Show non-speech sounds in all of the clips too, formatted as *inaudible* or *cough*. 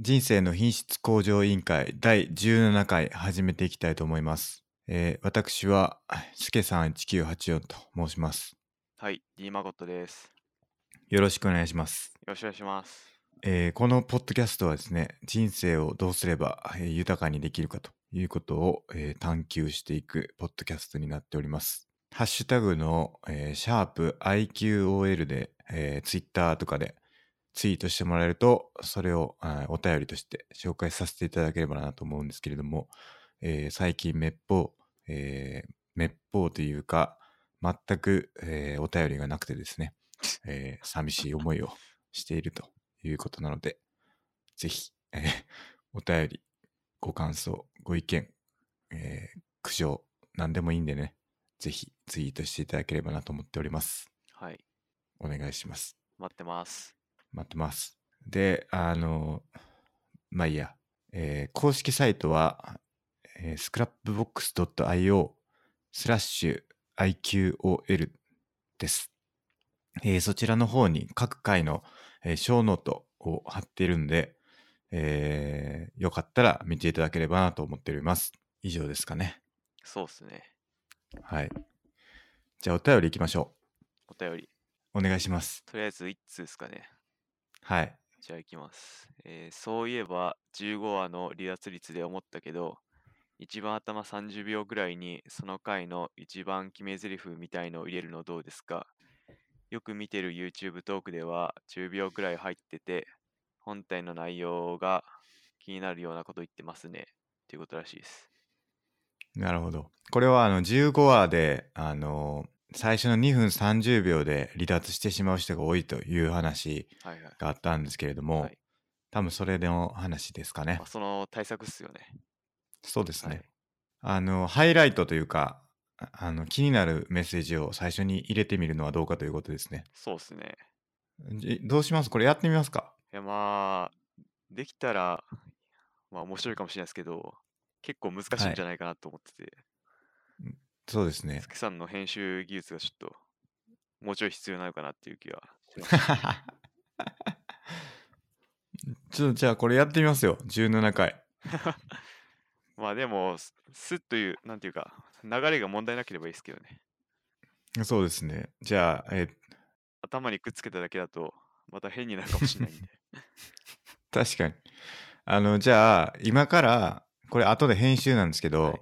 人生の品質向上委員会第17回始めていきたいと思います。えー私は、すけさん1984と申します。はい、D マゴットです。よろしくお願いします。よろしくお願いします。えーこのポッドキャストはですね、人生をどうすれば、えー豊かにできるかということを、えー探求していくポッドキャストになっております。ハッシュタグの、えーシャープ IQOL で、えー、ツイッターとかでツイートしてもらえると、それをあーお便りとして紹介させていただければなと思うんですけれども、えー最近滅法、えー滅法というか、全く、えーお便りがなくてですね、えー寂しい思いをしているということなので、ぜひ、えーお便り、ご感想、ご意見、えー苦情、何でもいいんでね、ぜひツイートしていただければなと思っております。はい、お願いします。待ってます。待ってます。で、あの、まあいいや、えー公式サイトは、えー scrapbox.io スラッシュ IQOL です。えーそちらの方に各回の、えー、ショーノートを貼っているんで、えーよかったら見ていただければなと思っております。以上ですかね。そうっすね。はい。じゃあお便り行きましょお便り。う。お願いします。とりあえず1通ですかね。はい。じゃあ行きます、えーそういえば15話の離脱率で思ったけど、一番頭30秒ぐらいにその回の一番決め台詞みたいのを入れるのどうですかよく見てる YouTube トークでは10秒ぐらい入ってて、本体の内容が気になるようなこと言ってますね。っていうことらしいです。なるほど。これはあの15話で、あの最初の2分30秒で離脱してしまう人が多いという話はいはい。があったんですけれども、はい多分それの話ですかねまあ、。その対策っすよね。そうですはねい。。あのハイライトというかああの気になるメッセージを最初に入れてみるのはどうかということですね。そうっすね。じどうしますこれやってみますかいやまあ、できたら、まあ面白いかもしれないですけど、結構難しいはんいじゃないかなと思ってて、そうですねス。ケさんの編集技術がちょっと、もうちょい必要なのかなっていう気が *laughs* します。 *laughs* ちょっとじゃあこれやってみますよ。17回。まあでも、すすっという、なんていうか、流れが問題なければいいですけどね。そうですね。じゃあ、え頭にくっつけただけだと、また変になるかもしれないん *laughs* で。確かに。あの、じゃあ、今から、これ後で編集なんですけど、はい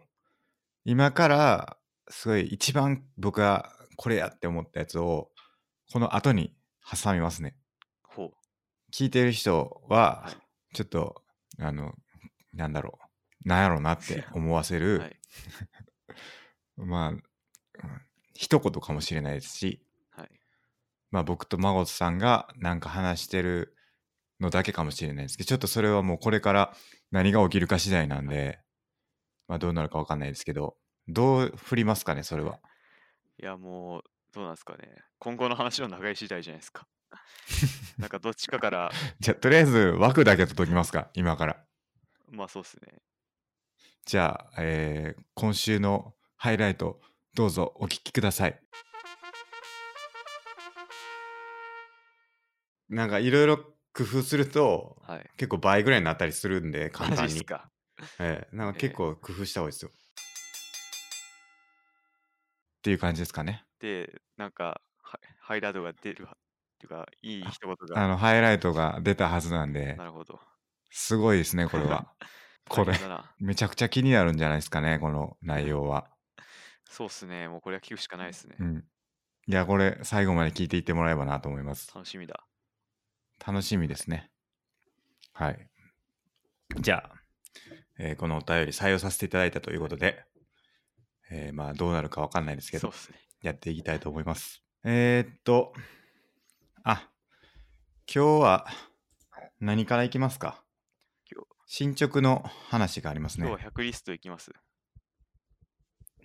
今から、すごい一番僕がこれやって思ったやつを、この後に挟みますね。ほ聞いてる人は、ちょっと、あの、なんだろう、なんやろうなって思わせう。る、はい。まあ、うん一言かもしれないですし、はい。まあ僕と孫さんがなんか話してるのだけかもしれないですけど、ちょっとそれはもうこれから何が起きるか次第なんで、まあどうなるかわかんないですけど、どう振りますかね、それは。いやもう、どうなんですかね。今後の話の長い次第じゃないで *laughs* すか。なんかどっちかから、 *laughs* じゃあとりあえず枠だけ届きますか、今から。まあそうっすね。じゃあ、えー今週のハイライト、どうぞお聞きください。なんかいろいろ工夫すると、はい。結構倍ぐらいになったりするんで、簡マ単ジっにす。か。ええ、なんかええ結構工夫した方がいいですよ。っていう感じですかね。で、なんか、ハイハイラードが出るは、っていうか、いいあ一言あが。の、ハイライトが出たはずなんでな、るほど。すごいですね、こ *laughs* れは。これ大変、だな。めちゃくちゃ気になるんじゃないですかね、この内容は。そうっすね。もうこれは聞くしかないですねう。ん。いや、これ、最後まで聞いていってもらえばなと思います。楽しみだ。楽しみですね。はい。じゃあ、えーこのお便り採用させていただいたということで、えーまあ、どうなるかわかんないですけそどうっ、すね。やっていきたいと思います。えー、っと、あ、今日は何からいきますか今進捗の話があります今日ねは。100リストいきます。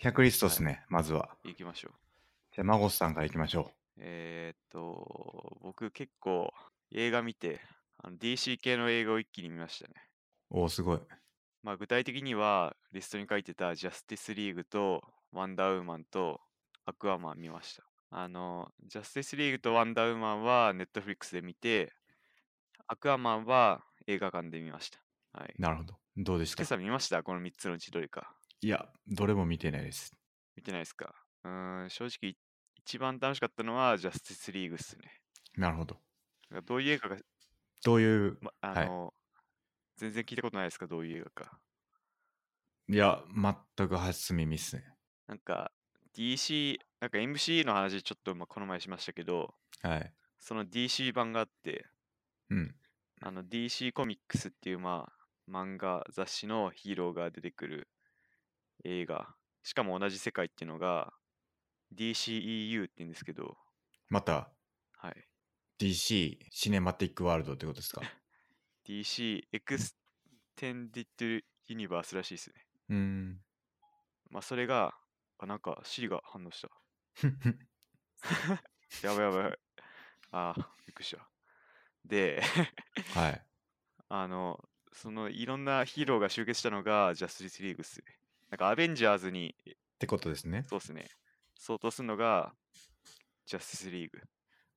100リストですね、まずは。いきましょう。じゃあ、マゴスさんからいきましょえー、っと、僕結構映画見て、あの DC 系の映画を一気に見ましたね。う。おお、すごい。まあ具体的には、リストに書いてたジャスティスリーグとワンダーウーマンとアクアマン見ました。あの、ジャスティスリーグとワンダーウーマンはネットフリックスで見て、アクアマンは映画館で見ました。はい。なるほど。どうでした今朝見ましたこの3つのうちどれか。いや、どれも見てないです。見てないですかうーん、正直、い一番楽しかったのはジャスティスリーグっすね。なるほど。なんかどういう映画か、どういう、ま、はあいの、全然聞いたことないですかどういう映画か。いや、全く初耳っすね。なんか、DC、なんか MC の話ちょっとまあこの前しましたけど、はい。その DC 版があって、うん。あの DC コミックスっていうまあ漫画雑誌のヒーローが出てくる映画しかも同じ世界っていうのが DCEU って言うんですけどまた、はい DC シネマティックワールドってことですか DC エクステンディッドユニバースらしいですね *laughs* うーん。まあそれがあなんか C が反応したやばいやばいやばいあーびっくりしたで *laughs* はい。あのそのいろんなヒーローが集結したのがジャスティスリーグっすねなんかアベンジャーズにってことですね。そうですね。相当するのが、ジャスティスリーグ。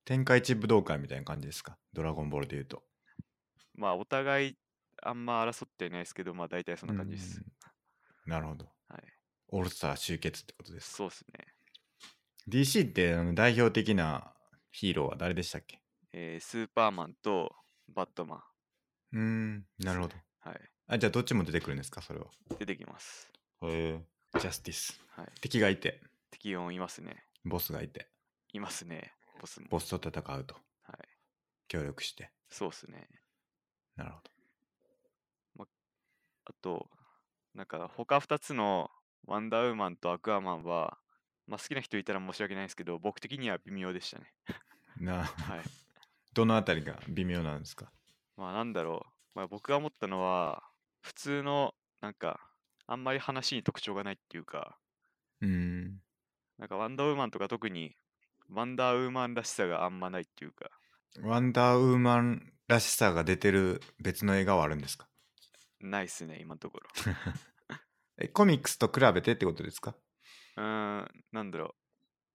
天下一武道会みたいな感じですかドラゴンボールで言うと。まあ、お互い、あんま争ってはいないですけど、まあ、大体そんな感じですう。んなるほど。はい。オールスター集結ってことです。そうですね。 DC ってあの代表的なヒーローは誰でしたっけえースーパーマンとバットマン。うーん、なるほど。はい。あ、じゃあどっちも出てくるんですかそれは。出てきます。へえ。ジャスティス。はい。敵がいて、敵4いますね。ボスがいて、いますね。ボスも。ボスと戦うと。はい。協力して。そうですね。なるほど。あと、なんか、他2つの、ワンダーウーマンとアクアマンは、まあ、好きな人いたら申し訳ないんですけど、僕的には微妙でしたね。な、 *laughs* はい。どのあたりが微妙なんですかまあなんだろう、まあ、僕が思ったのは普通のなんかあんまり話に特徴がないっていうかうーん。なんかワンダーウーマンとか特にワンダーウーマンらしさがあんまないっていうかワンダーウーマンらしさが出てる別の映画はあるんですかないっすね今のところえ、コミックスと比べてってことですかうーんなんだろ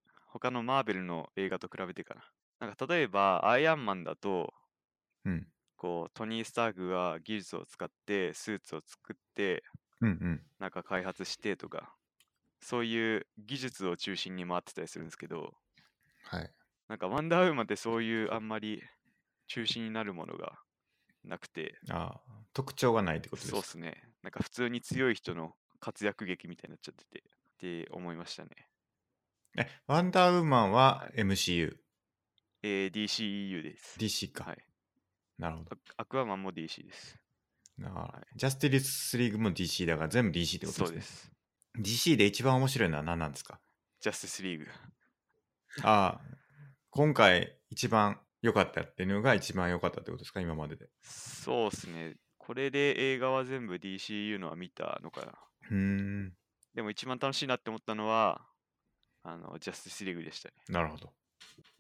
う他のマーベルの映画と比べてかななんか例えばアイアンマンだとうん。こうトニー・スタークが技術を使ってスーツを作ってうんうん。なんか開発してとかそういう技術を中心に回ってたりするんですけどはい。なんかワンダーウーマンってそういうあんまり中心になるものがなくて、ああ、特徴がないってことですそうかっすね。なんか普通に強い人の活躍劇みたいになっちゃってて、って思いましたね。え、ワンダーウーマンは MCU、えー、DCEU です。 DC か。はい。なるほど。アアクアマンも DC です。だから、はジャスティスリーグも DC だから全部 DC ってことそうでですね。す。 DC で一番面白いのは何なんですかジャスティスリーグ。ああ、今回一番良かったっていうのが一番良かったってことですか今までで。そうっすね。これで映画は全部 DCEU のは見たのかな。うーん、でも一番楽しいなって思ったのは、あの、ジャスティスリーグでしたね。なるほど。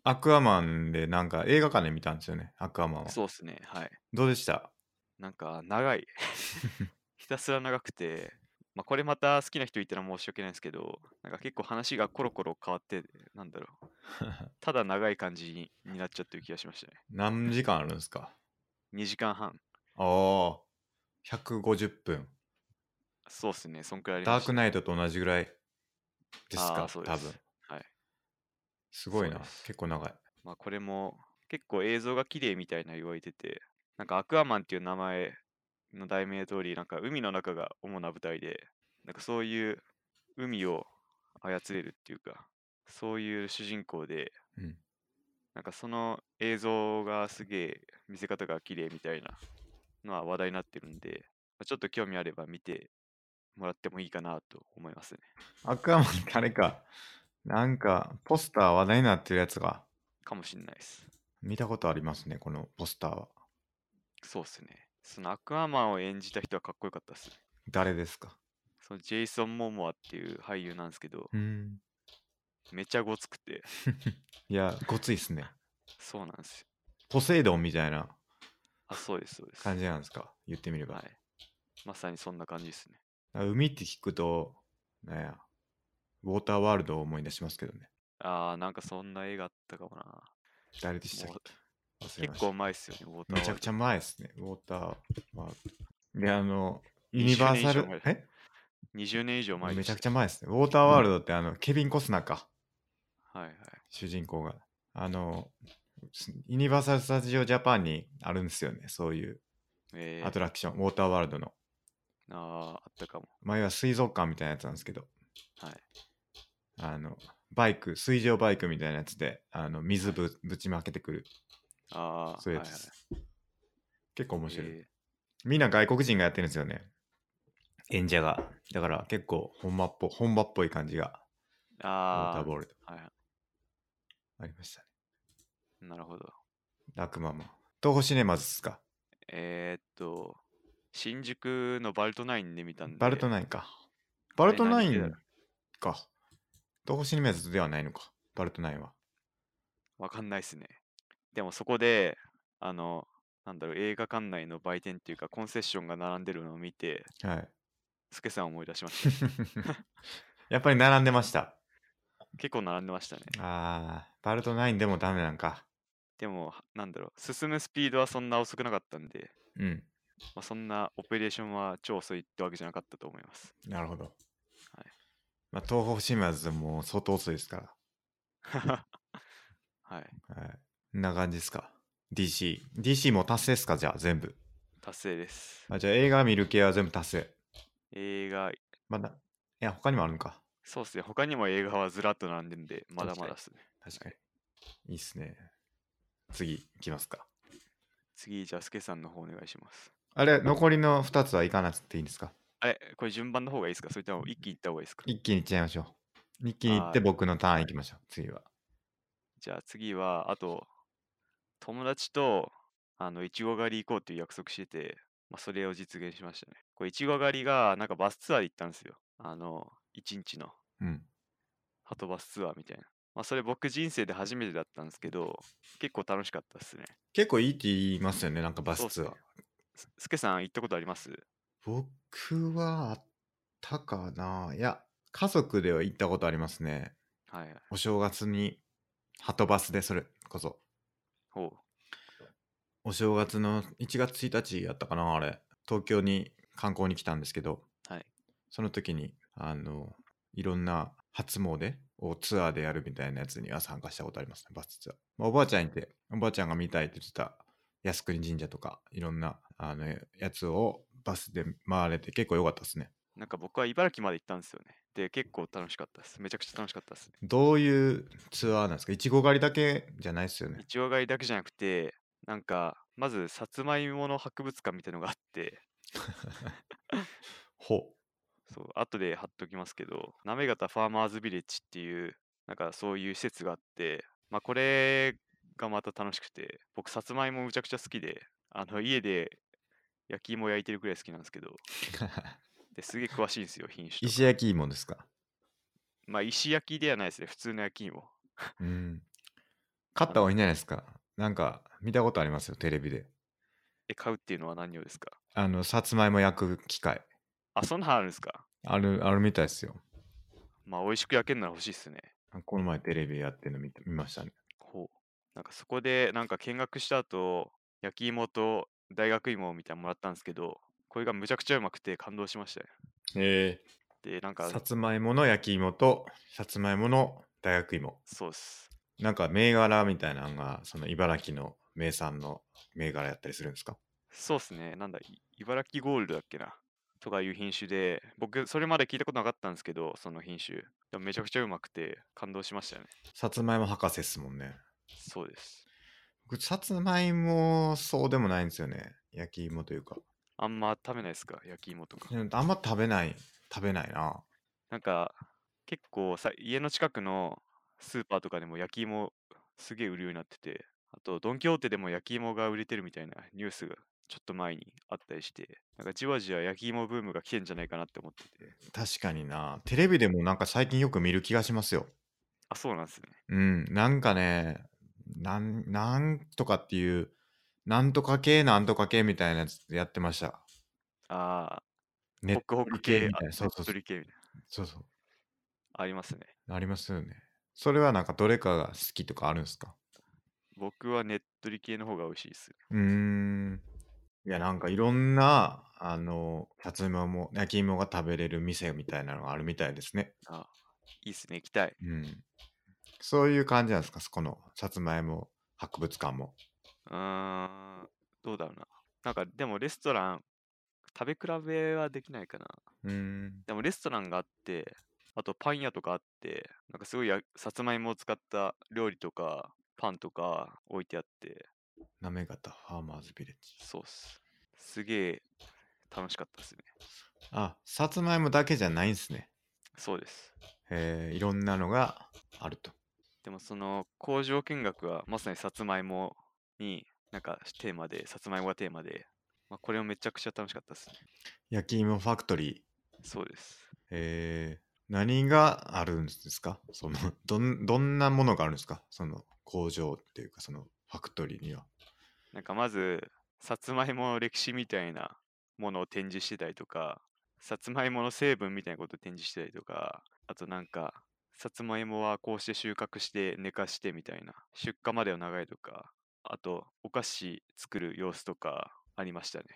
アクアマンでなんか映画館で見たんですよね、アクアマンは。そうっすね。はい。どうでしたなんか長い *laughs* ひたすら長くて、まあ、これまた好きな人いたら申し訳ないんですけどなんか結構話がコロコロ変わってなんだろう *laughs* ただ長い感じにになっちゃってる気がしましたね何時間あるんですか2時間半ああ、150分。そうっすねそんくらいありまダしーたクねナイトと同じぐらいですあかーそうで多す分。はいすごいなそうです。結構長い。まあ、これも結構映像が綺麗みたいな言われててなんかアクアマンっていう名前の題名通りなんか海の中が主な舞台でなんかそういう海を操れるっていうかそういう主人公でうん。なんかその映像がすげえ見せ方が綺麗みたいなのは話題になってるんで、まあちょっと興味あれば見てもらってもいいかなと思いますね。アクアマンってあれか。なんか、ポスター話題になってるやつが、かもしんないです。見たことありますね、このポスターは。そうっすね。そのアクアマンを演じた人はかっこよかったっすね。誰ですかそのジェイソン・モモアっていう俳優なんですけど、うん。めちゃごつくて、いや、ごついっすね。そうなんですよ。ポセイドンみたいなあ、そうです、そうです。感じなんですか言ってみれば。はい。まさにそんな感じですね。海って聞くと、なんや、ウォーターワールドを思い出しますけどね。あー、なんかそんな映画あったかもな。誰でしたっもう忘れまし結構た。前ですよね、ウォーターワールド。めちゃくちゃゃ前ですね。ウォーターワールド。で、あの、ユニバーサ20年以上前ル、え20年以上前めでちしゃたくちゃ前ですね。ウォーターワールドって、あの、ケビン・コスナーか、はいはい。主人公が。あの、ユニバーサル・スタジオ・ジャパンにあるんですよね。そういうえー、アトラクション、ウォーターワールドの。あーあったかも。前は水族館みたいなやつなんですけど、はい。あの、バイク、水上バイクみたいなやつで、あの、水ぶぶちまけてくる、ああ、そういうやつです。結構面白い。えみんな外国人がやってるんですよね。演者が。だから結構本場っぽ本場っぽい感じが、ーウォータあーボールとあ、はありましたね。い。なるほど。悪魔も。東宝シネマズですか。えー、っと、新宿のバルトナインで見たんで。バルトインナインか。バルトナイあれ何ンか。東宝シネマズではないのか。バルトナインは。わかんないっすね。でもそこで、あの、なんだろう、映画館内の売店っていうか、コンセッションが並んでるのを見て、 *laughs* はい。スケさんを思い出しま *laughs* した。やっぱり並んでました。結構並んでましたね。あー、バルトナインでもダメなんか。でも、はなんだろう、進むスピードはそんな遅くなかったんで、うん。まあ、そんなオペレーションは超遅いってわけじゃなかったと思います。なるほど。はいまあ、東宝シネマズも相当遅いですかはい、ら。はい。こんな感じですか。DC。DC も達成ですかじゃあ全部。達成です。あじゃあ映画見る系は全部達成。映画、まだ。いや、他にもあるのか。そうっすね、他にも映画はずらっと並んでるんで、まだまだっすね。確かに。いいっすね。次、いきますか。次、じゃあ、スケさんの方お願いします。あれ、残りの2つはいかなくていいんですかあれ、これ順番の方がいいですかそれとも一気に行った方がいいですか一気にいっちゃいましょう。一気にいってはい僕のターンいきましょう。次は。じゃあ次は、あと、友達と、あの、いちご狩り行こうっていう約束してて、まあ、それを実現しましたね。これ、いちご狩りが、なんかバスツアーで行ったんですよ。あの、一日の、うん。ハトバスツアーみたいな。まあ、それ僕人生で初めてだったんですけど、結構楽しかったですね。結構いいって言いますよね、なんかバそスうツっすアねー。すすけさん行ったことあります僕はあったかないや、家族では行ったことありますね。はいはい。お正月に、ハトバスで、それこそ。ほう。お正月の1月1日やったかなあれ東京に観光に来たんですけど、はいその時にあのいろんな初詣をツアーでやるみたいなやつには参加したことありますねバスツアー、まあ、おばあちゃんいておばあちゃんが見たいって言ってた靖国神社とかいろんなあのやつをバスで回れて結構良かったですねなんか僕は茨城まで行ったんですよね。で、結構楽しかったです。めちゃくちゃ楽しかったですね。どういうツアーなんですかいちご狩りだけじゃないですよねいちご狩りだけじゃなくて、なんか、まず、さつまいもの博物館みたいのがあって、 *laughs* ほそう、後で貼っときますけど、行方ファーマーズビレッジっていう、なんかそういう施設があって、まあこれがまた楽しくて、僕、さつまいもむちゃくちゃ好きで、あの、家で焼き芋焼いてるくらい好きなんですけど、ですげえ詳しいんですよ、品種 *laughs* と石か。焼き芋ですかまあ石焼きではないですね、普通の焼き芋。うん。勝った方がいいんじゃないですか。なんか、見たことありますよ、テレビで。え、買うっていうのは何をですかあの、さつまいも焼く機械。あ、そんなのあるんですかある、あるみたいですよ。まあ美味しく焼けるなら欲しいっすね。この前テレビやってるの見て見ましたね。ほう。なんかそこでなんか見学した後、焼き芋と大学芋みたいなのもらったんですけど、これがむちゃくちゃうまくて感動しましたね。へで、なんえ。かさ、つまいもの焼き芋と、さつまいもの大学芋。そうっす。なんか、銘柄みたいなのが、その茨城の名産の銘柄やったりするんですかそうっすね。なんだ、い茨城ゴールドだっけなとかいう品種で、僕、それまで聞いたことなかったんですけど、その品種。でもめちゃくちゃうまくて感動しましたね。さつまいも博士っすもんね。そうです。僕、さつまいも、そうでもないんですよね。焼き芋というか。あんま食べないですか焼き芋とか。うんあんま食べない、食べないな。なんか、結構さ、家の近くのスーパーとかでも焼き芋すげえ売るようになってて、あと、ドン・キホーテでも焼き芋が売れてるみたいなニュースがちょっと前にあったりして、なんかじわじわ焼き芋ブームが来てんじゃないかなって思ってて。確かにな。テレビでもなんか最近よく見る気がしますよ。あ、そうなんですね。うん。なんかね、なん、なんとかっていう、なんとか系、なんとか系みたいなやつやってました。ああ、ねホクホクり系系、みあたいな。そうそうねっとそう。り系みたいそうそな。ありますね。う。ありますよね。それはなんかどれかが好きとかあるんですか僕はねっとり系の方が美味しいです。うーん。いや、なんかいろんな、あの、さつまいも、焼き芋が食べれる店みたいなのがあるみたいですね。あいいっすね、行きたい。うん。そういう感じなんですか、そこの、さつまいも博物館も。うーん、どうだろうな。なんかでもレストラン、食べ比べはできないかな。うーん。でもレストランがあって、あとパン屋とかあって、なんかすごいやさつまいもを使った料理とか、パンとか置いてあって、なめがたファーマーズビレッジ。そうっす。すげえ楽しかったですね。あ、さつまいもだけじゃないんですね。そうです。えー、いろんなのがあると。でもその工場見学はまさにさつまいもに、なんかテーマで、さつまいもがテーマで、まあ、これもめちゃくちゃ楽しかったですね。焼き芋ファクトリー。そうです。えー、何があるんですかその *laughs* どん、どんなものがあるんですかその工場っていうか、そのファクトリーには。なんかまず、さつまいもの歴史みたいなものを展示してたりとか、さつまいもの成分みたいなことを展示してたりとか、あとなんか、さつまいもはこうして収穫して寝かしてみたいな、出荷までを長いとか、あと、お菓子作る様子とかありましたね。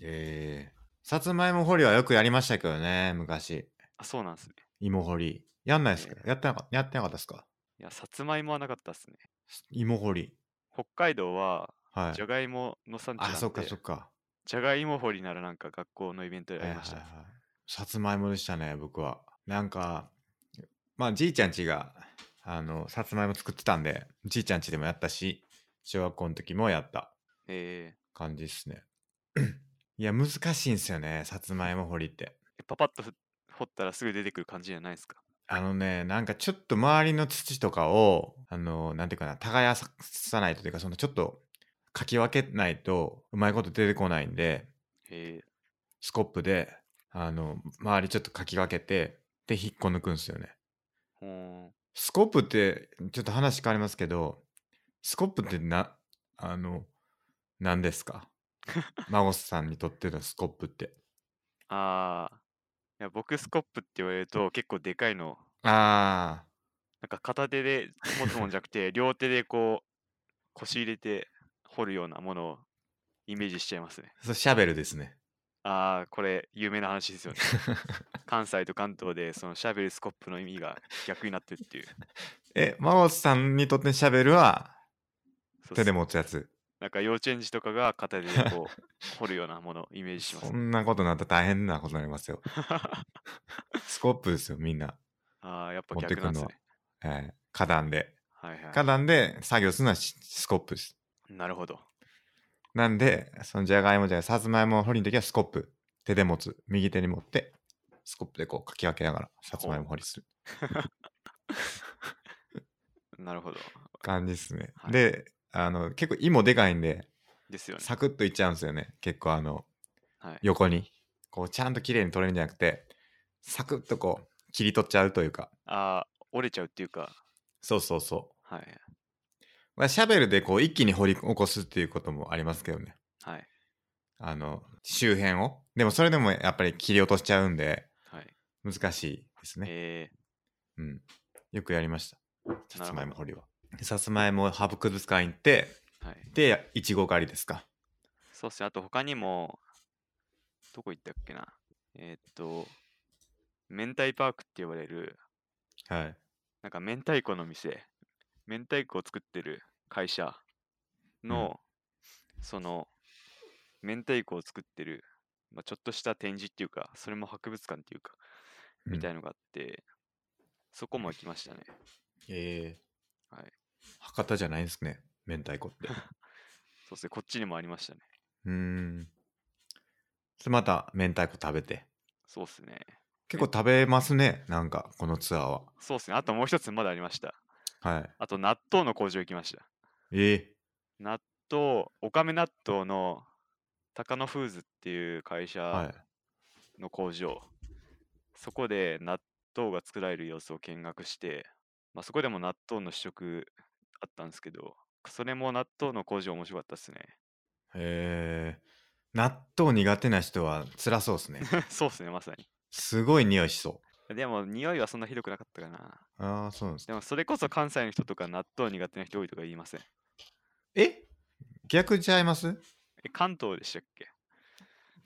えー、さつまいも掘りはよくやりましたけどね、昔。あ、そうなんですね。芋掘り。やんないですか、やってなかやってなかったですかいや、さつまいもはなかったですね。芋掘り。北海道は、はじい。ゃがいもの産地なんあ、で、そっかそっか。じゃがいも掘りならなんか学校のイベントでありましたね。はいはいはいさつまいもでしたね、僕は。なんか、まあ、じいちゃんちが、あの、さつまいも作ってたんで、じいちゃんちでもやったし、小学校の時もやったえ感じですね。 *clears throat* いや、難しいんですよね、さつまいも掘りって。ー、パパッとふ掘ったらすぐ出てくる感じじゃないですか。あのね、なんかちょっと周りの土とかを、あの、なんていうかな、耕さないとというか、そのちょっとかき分けないと、うまいこと出てこないんで、えー、スコップで、あの、周りちょっとかき分けて、で、引っこ抜くんですよね。ほーんスコップって、ちょっと話変わりますけど、スコップってな、あの、何ですか孫さんにとってのスコップって。ああ。いや、僕スコップって言われると結構でかいの。あなんか片手で持つもんじゃなくて、 *laughs* 両手でこう、腰入れて掘るようなものをイメージしちゃいますね。ー、そうシャベルですね。ああ、これ有名な話ですよね。関西と関東でそのシャベルスコップの意味が逆になってるっていう。え、孫さんにとってシャベルはそうっ手です持つやつ。なんか幼稚園児とかが片手でこう掘るようなものをイメージしますそね。んなことになったら大変なことになりますよ。スコップですよ、みんな。ああ、やっぱ持って逆くなんでのすはね。えー、花壇で。はいは花壇で作業するのはしスコップです。い。なるほど。なんで、そのじゃがいもじゃがさつまいもを掘りの時はスコップ。手で持つ。右手に持って、スコップでこうかき分けながら、さつまいも掘りするなるほど。感じですね。はいで、あの、結構芋でかいんで、ですよね。サクッといっちゃうんですよね。結構あの、はい。横に。こう、ちゃんと綺麗に取れるんじゃなくて、サクッとこう、切り取っちゃうというか。ああ、折れちゃうっていうか、そうそうそう。はい。まあ、シャベルでこう、一気に掘り起こすっていうこともありますけどね。はい。あの、周辺を。でもそれでもやっぱり切り落としちゃうんで、はい。難しいですね。えうん。よくやりました。さなるほどつまいも掘りは。さつまいも博物館行って、ー、はい。で、いちご狩りですか。そうっすね。あと他にも、どこ行ったっけな。えーっと、明太パークって呼ばれる、はい。なんか明太子の店、明太子を作ってる会社の、その、明太子を作ってる、まあ、ちょっとした展示っていうか、それも博物館っていうか、みたいいのがあって、そこも行きましたね。えーはい博多じゃないんですね。明太子って。 *laughs* そうですね。こっちにもありましたね。うーん。それまた明太子食べて。そうですね。結構食べますね。なんか、このツアーは。そうですね。あともう一つまだありました。はい。あと納豆の工場行きました。え納豆、おかめ納豆の高野フーズっていう会ー、はい社。の工場、そこで納豆が作られる様子を見学して、まあ、そこでも納豆の試食あったんですけど、それも納豆の工場面白かったですね。 *laughs* えー、納豆苦手な人は辛そうですね。 *laughs* そうですね、まさに。すごい匂いしそでも、匂いはそんなひどくなかったかな。う。ああ、そうなんですねでも、それこそ関西の人とか納豆苦手な人多いとか言いません。え逆ちゃいますえ、関東でしたっけ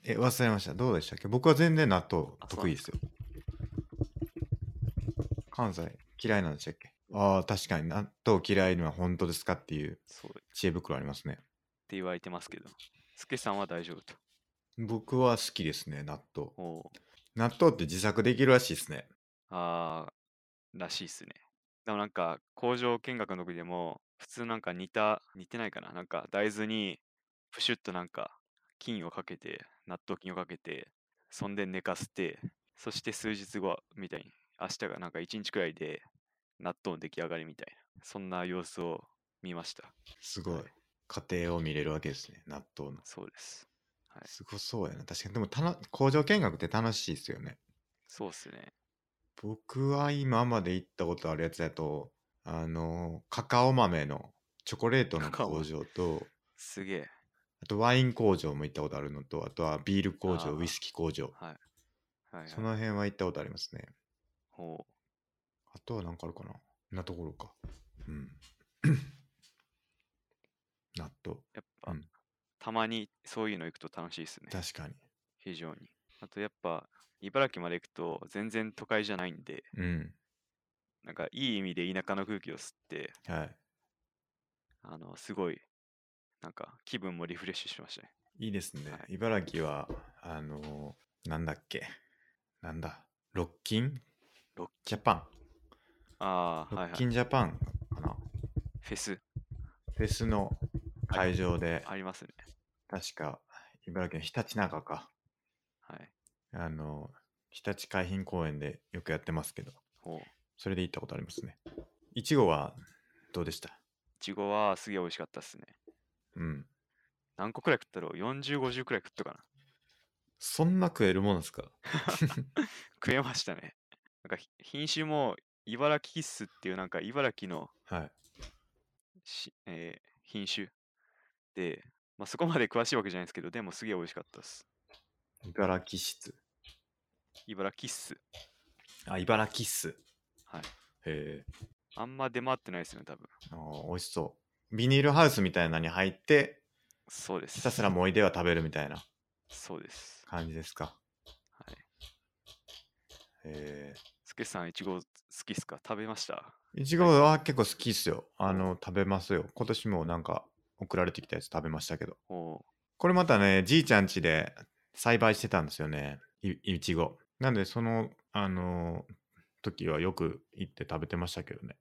え、忘れました。どうでしたっけ僕は全然納豆あそう得意ですよ。関西嫌いなんでしたっけああ、確かに納豆嫌いのは本当ですかっていうそうって知恵袋ありますね。言われてますけど。スケさんは大丈夫と。僕は好きですね、納豆。おー納豆って自作できるらしいですね。あー、らしいっすね。でもなんか、工場見学の時でも、普通なんか似た、似てないかな。なんか大豆に、プシュッとなんか、菌をかけて、納豆菌をかけて、そんで寝かせて、そして数日後みたいに、明日がなんか1日くらいで、納豆の出来上がりみたいな、そんな様子を見ました。すごいはい。家庭を見れるわけですね、納豆の。そうです。はいすごそうやな。確かに、でもたの工場見学って楽しいですよね。そうっすね。僕は今まで行ったことあるやつだと、あの、カカオ豆のチョコレートのカカオ豆工場と、すげえ。あとワイン工場も行ったことあるのと、あとはビール工あ場、ーウイスキー工場。はい。はい、はい。その辺は行ったことありますね。ほうあとは何かあるかなそんなところか。うん。 *clears throat* 納豆。やっぱ、うんたまにそういうの行くと楽しいですね。確かに。非常に。あとやっぱ、茨城まで行くと全然都会じゃないんで、うん。なんかいい意味で田舎の空気を吸って、はい。あの、すごい、なんか気分もリフレッシュしましたね。いいですねは。茨城は、あのーなんだっけ。なんだ。ロッキンロッジャパン。ああ、ロはいッはキい。ンジャパンかな。フェスフェスの会場で、ありますね。確か、茨城のひたちなかか。はい。あのー、ひたち海浜公園でよくやってますけど、ほう。それで行ったことありますね。いちごはどうでしたいちごはすげえ美味しかったっすね。うん。何個くらい食ったろう ?40、50くらい食ったかなそんな食えるものですか食えましたね。なんかひ品種も茨城キッスっていうなんか茨城のはい。し、えー品種で、まあ、そこまで詳しいわけじゃないですけど、でもすげえ美味しかったです。茨城室。茨城キッス。あ、茨城室。はい。へえ。あんま出回ってないですね、多分。あー美味しそう。ビニールハウスみたいなのに入って、そうです。ひたすらもいでは食べるみたいなそうです。感じですか。はい。へすけさん、いちご好きっすか食べましたえ。いちごは結構好きっすよ。あの、食べますよ。今年もなんか送られてきたやつ食べましたけど。おこれまたね、じいちゃん家で栽培してたんですよね。いいちご。なんで、その、あの時はよく行って食べてましたけどね。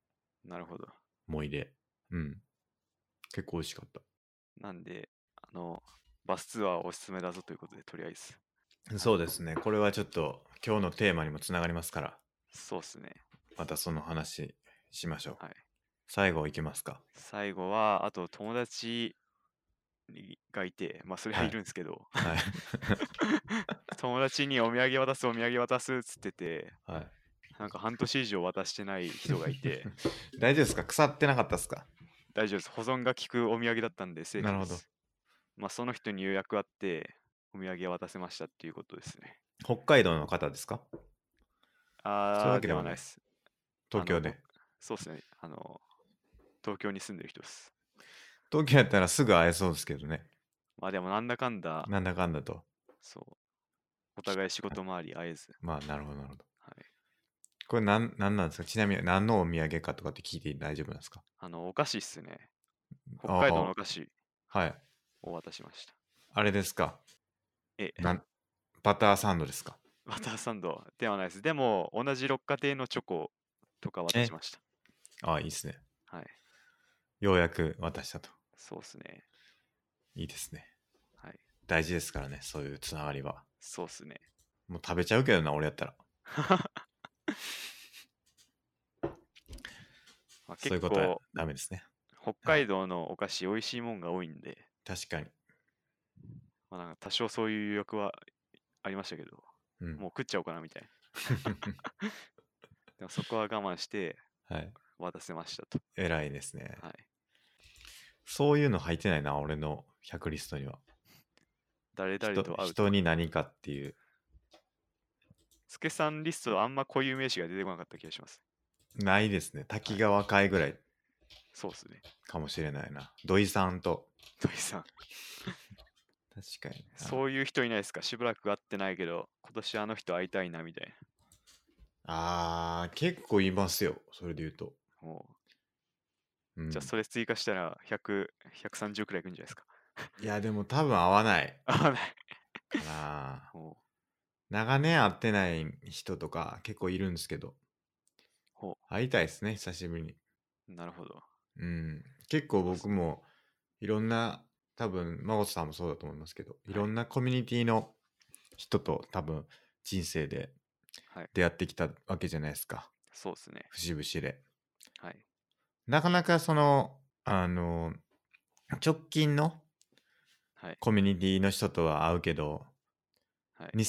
ーなるほど。思い出。うん。結構美味しかった。なんで、あの、バスツアーおすすめだぞということで、とりあえず。そうですね。これはちょっと今日のテーマにもつながりますから、そうっすね。またその話しましょう。はい最後いけますか。最後は、あと友達にがいて、まあ、それははいいるんですけど、 *laughs* はい。友達にお土産渡す、お土産渡すっつってて、はい、なんか半年以上渡してない人がいて、 *laughs* 大丈夫ですか腐ってなかったですか大丈夫です。保存が効くお土産だったんで、セーフでなす。るほどまあ、その人に予約あって、お土産渡せましたっていうことですね。北海道の方ですかああ、そういうわけではなないいです。東京で。そうですね。あの、東京に住んでる人です。東京やったらすぐ会えそうですけどね。まあでも、なんだかんだ、なんだかんだと。そう。お互い仕事回り会えず。まあ、なるほど、なるほど。はい。これなん、なんなんですかちなみに何のお土産かとかって聞いて大丈夫なんですかあの、お菓子っすね。北海道のお菓子はい。を渡しました。あれですかええ、 *laughs* なんバターサンドですかバターサンドではないです。でも、同じ六花亭のチョコとか渡えしました。ああ、いいですね。はい。ようやく渡したと。そうですね。いいですね。はい。大事ですからね、そういうつながりは。そうですね。もう食べちゃうけどな、俺やったら。まあ、そうい結うことは構、ダメですね。北海道のお菓子、美味しいもんが多いんで、確かに。まあ、なんか多少そういう誘惑はありましたけど、うん。もう食っちゃおうかなみたいな。 *laughs* でもそこは我慢してはい。渡せましたと。偉いですね。はい。そういうの入ってないな、俺の100リストには。誰々人と会うと。人に何かっていう。スケさんリストあんま固有名詞が出てこなかった気がします。ないですね。滝川会ぐらい。そうっすね。かもしれないな。土井さんと。土井さん。確かに。そういう人いないですかしばらく会ってないけど、今年あの人会いたいなみたいあー、結構いますよ。それで言うと。な。もうう、んじゃあそれ追加したら100、130くらいいくんじゃないですか。 *laughs* いや、でも多分合わないあない。かな。ほ長年会ってない人とか結構いるんですけどほ。会いたいですね、久しぶりに。うなるほど。うん。結構僕もいろんな、多分、真帆さんもそうだと思いますけど、いろんなコミュニティの人と多分人生ではい出会ってきたわけじゃないですか。そうっすね。節々で。はい。なかなかその、あの、直近のはい。コミュニティの人とは会うけど、はい、に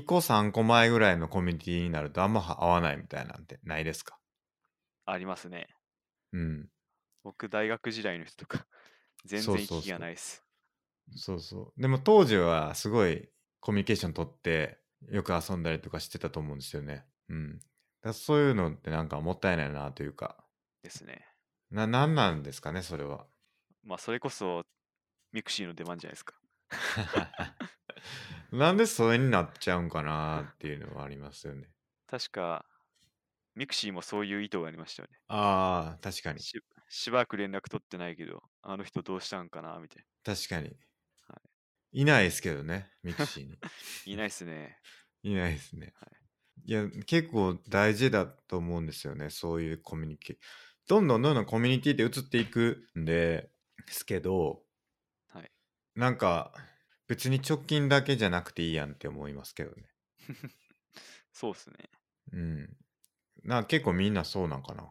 2個3個前ぐらいのコミュニティになるとあんま合わないみたいなんてないですかありますね。うん。僕、大学時代の人とか、 *laughs* 全そう然そう行きそがうないっす。そうそう。でも当時はすごいコミュニケーション取ってよく遊んだりとかしてたと思うんですよね。うん。だからそういうのってなんかもったいないなというか、ですね。な、なんなんですかね、それは。まあ、それこそ、ミクシーの出番じゃないですか。なんでそれになっちゃうんかなっていうのはありますよね。確か、ミクシーもそういう意図がありましたよね。ああ、確かに。ししばらく連絡取ってないけど、あの人どうしたんかなみたい確かに。、はいないですけど *laughs* ね、ミクシーに。な。いないっすね。いないですね。、はいや、結構大事だと思うんですよね、そういうコミュニケどんどんどんどんコミュニティって移っていくんですけど、はいなんか別に直近だけじゃなくていいやんって思いますけどね。そうっすね。うん。なんか結構みんなそうなんかな。い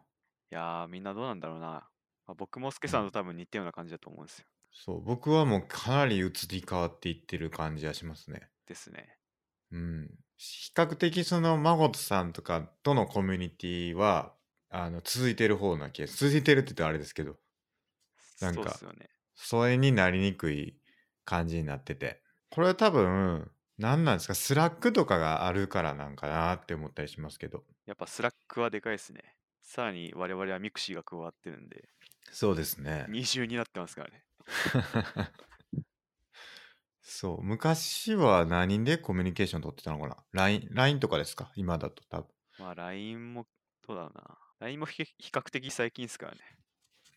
やー、みんなどうなんだろうな。まあ、僕もスケさんと多分似たような感じだと思うんですよ。そう、僕はもうかなり移り変わっていってる感じはしますね。ですね。うん、比較的そのマゴトさんとかとのコミュニティはあの続いてる方な気が続いてるって言ったらあれですけどなんそうっかすよね。疎遠になりにくい感じになっててこれは多分何なんですかスラックとかがあるからなんかなって思ったりしますけどやっぱスラックはでかいっすね。さらに我々はミクシーが加わってるんで、そうですね二重になってますからね。 *laughs* そう昔は何でコミュニケーション取ってたのかな LINE, LINE とかですか今だと多分、まあ LINE も、どうだろうな。LINE もひけ比較的最近ですからね。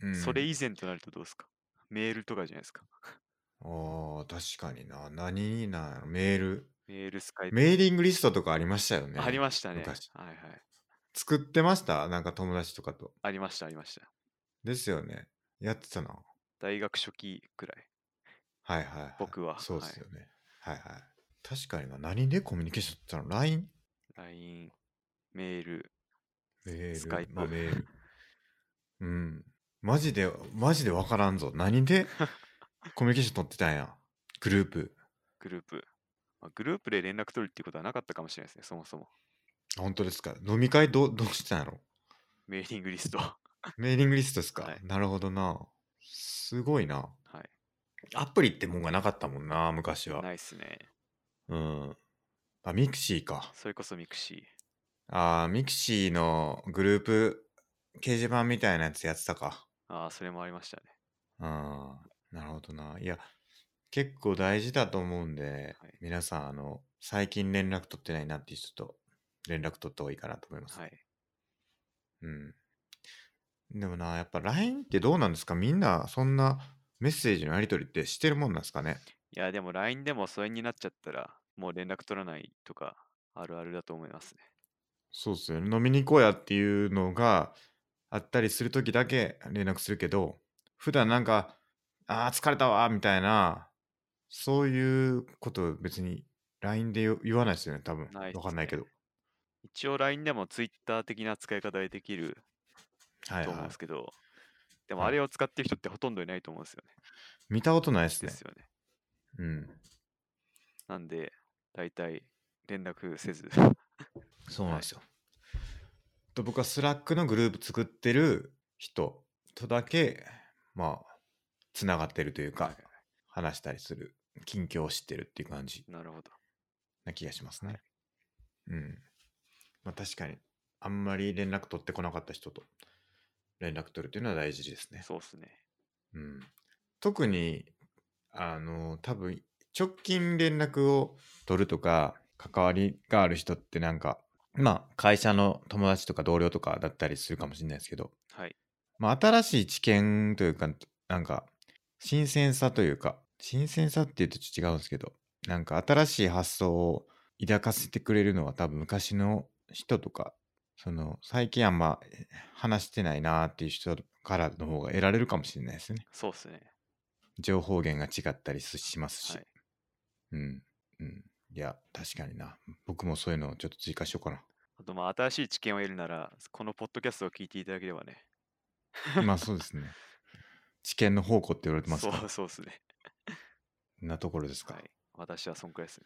うんそれ以前となるとどうですかメールとかじゃないですか。 *laughs* あー確かにな何になメールメール、スカイプ。メーリングリストとかありましたよね。ありましたね。昔はいはい。作ってましたなんか友達とかと。ありました、ありました。ですよね。やってたな。大学初期くらい。はいはい、はい。僕はそうですよね。はい、はい、確かにな。何でコミュニケーション取ってたの ?LINE? LINE、メール。メール。スカイプまあメール。うん。マジで、マジでわからんぞ。何 *laughs* でコミュニケーション取ってたんや。グループ。グループ。まあ、グループで連絡取るっていうことはなかったかもしれないですね、そもそも。本当ですか飲み会どうどうしてたんやろメーリングリスト。はメーリングリストですか、はいなるほどな。すごいな。い。アプリってもんがなかったもんな、昔は。ないっすね。うん。あ、ミクシーか。それこそミクシあーミクシーのグループ掲示板みたいなやつやってたか。ー。ああ、それもありましたね。うん。なるほどな。いや、結構大事だと思うんで、はい皆さん、あの、最近連絡取ってないなっていう人と連絡取った方がいいかなと思います。はい。うん。でもな、やっぱ LINE ってどうなんですかみんなそんなメッセージのやり取りってしてるもんなんですかねいや、でも LINE でも疎遠になっちゃったら、もう連絡取らないとか、あるあるだと思いますね。そうっすよね。飲みに行こうやっていうのがあったりするときだけ連絡するけど、普段なんか、ああ、疲れたわ、みたいな、そういうこと別に LINE で言言わないですよね、多分。ないですねわかんないけど。一応 LINE でも Twitter 的な使い方でできるはいと思うんはですけど、でもはいあれを使ってる人ってほとんどいないと思うんですよね。い。見たことないですでね。すよね。うん。なんで、大体連絡せず。そうなんですよ。と僕はスラックのグループ作ってる人とだけ、まあ、つながってるというか、話したりする、近況を知ってるっていう感じ。なるほど。な気がしますね。うん。まあ確かに、あんまり連絡取ってこなかった人と連絡取るというのは大事ですね。そうっすね。うん、特にあの多分直近連絡を取るとか関わりがある人ってなんかまあ会社の友達とか同僚とかだったりするかもしれないですけど、はい。まあ、新しい知見というかなんか新鮮さというか新鮮さっていうとちょっと違うんですけどなんか新しい発想を抱かせてくれるのは多分昔の人とかその最近あんま話してないなーっていう人からの方が得られるかもしれないですね。そうっすね。情報源が違ったりすしますし、はいうんうんいや確かにな僕もそういうのをちょっと追加しようかあと、まあ、新しい知見を得るなら、このポッドキャストを聞いていただければね。なまあそうですね *laughs* 知見の宝庫って言われてますそかうそうっすね。なところですかは。はい私はそんくらいです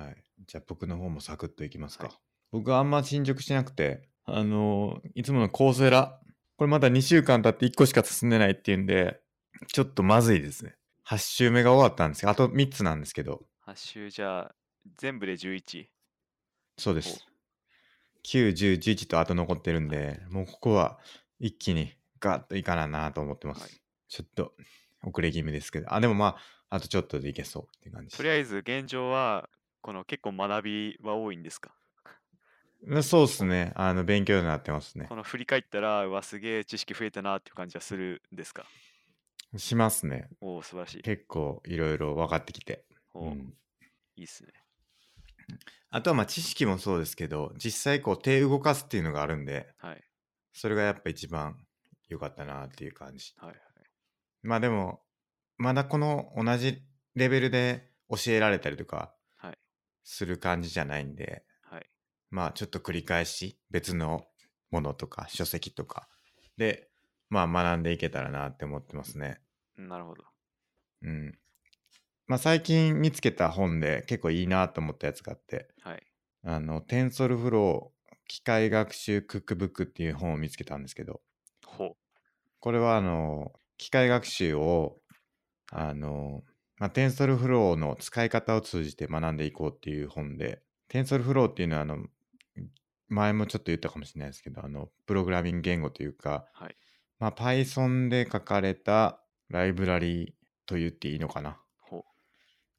ね。い、じゃあ僕の方もサクッといきますか、はい僕はあんま進捗してなくてあのーいつものコーセラこれまだ2週間経って1個しか進んでないっていうんでちょっとまずいですね8週目が終わったんですけどあと3つなんですけど8週じゃあ、全部で11。そうです。9、10、11とあと残ってるんで、もうここは一気にガッといかななと思ってます。はいちょっと遅れ気味ですけど、あ、でもまあ、あとちょっとでいけそうって感じとりあえず、現状は、この結構学びは多いんですかうんそうですね。あの、勉強になってますねこ。の振り返ったら、うわ、すげえ知識増えたなっていう感じはするんですかしますね。おお、素晴らしい。結構いろいろ分かってきて。おお、うんいいっすね。あとはまあ知識もそうですけど、実際こう手動かすっていうのがあるんで、はい。それがやっぱ一番良かったなっていう感じ。はいはい。まあでも、まだこの同じレベルで教えられたりとかはいする感じじゃないんで、はい。まあちょっと繰り返し別のものとか書籍とかで、まあ学んでいけたらなって思ってますね。なるほど。うん。まあ最近見つけた本で結構いいなと思ったやつがあって、はい。あの、テンソルフロー機械学習クックブックっていう本を見つけたんですけど、ほこれはあの機械学習をあの、まあ、テンソルフローの使い方を通じて学んでいこうっていう本でテンソルフローっていうのはあの前もちょっと言ったかもしれないですけどあのプログラミング言語というか、はいまあ、Python で書かれたライブラリーと言っていいのかなう。ほ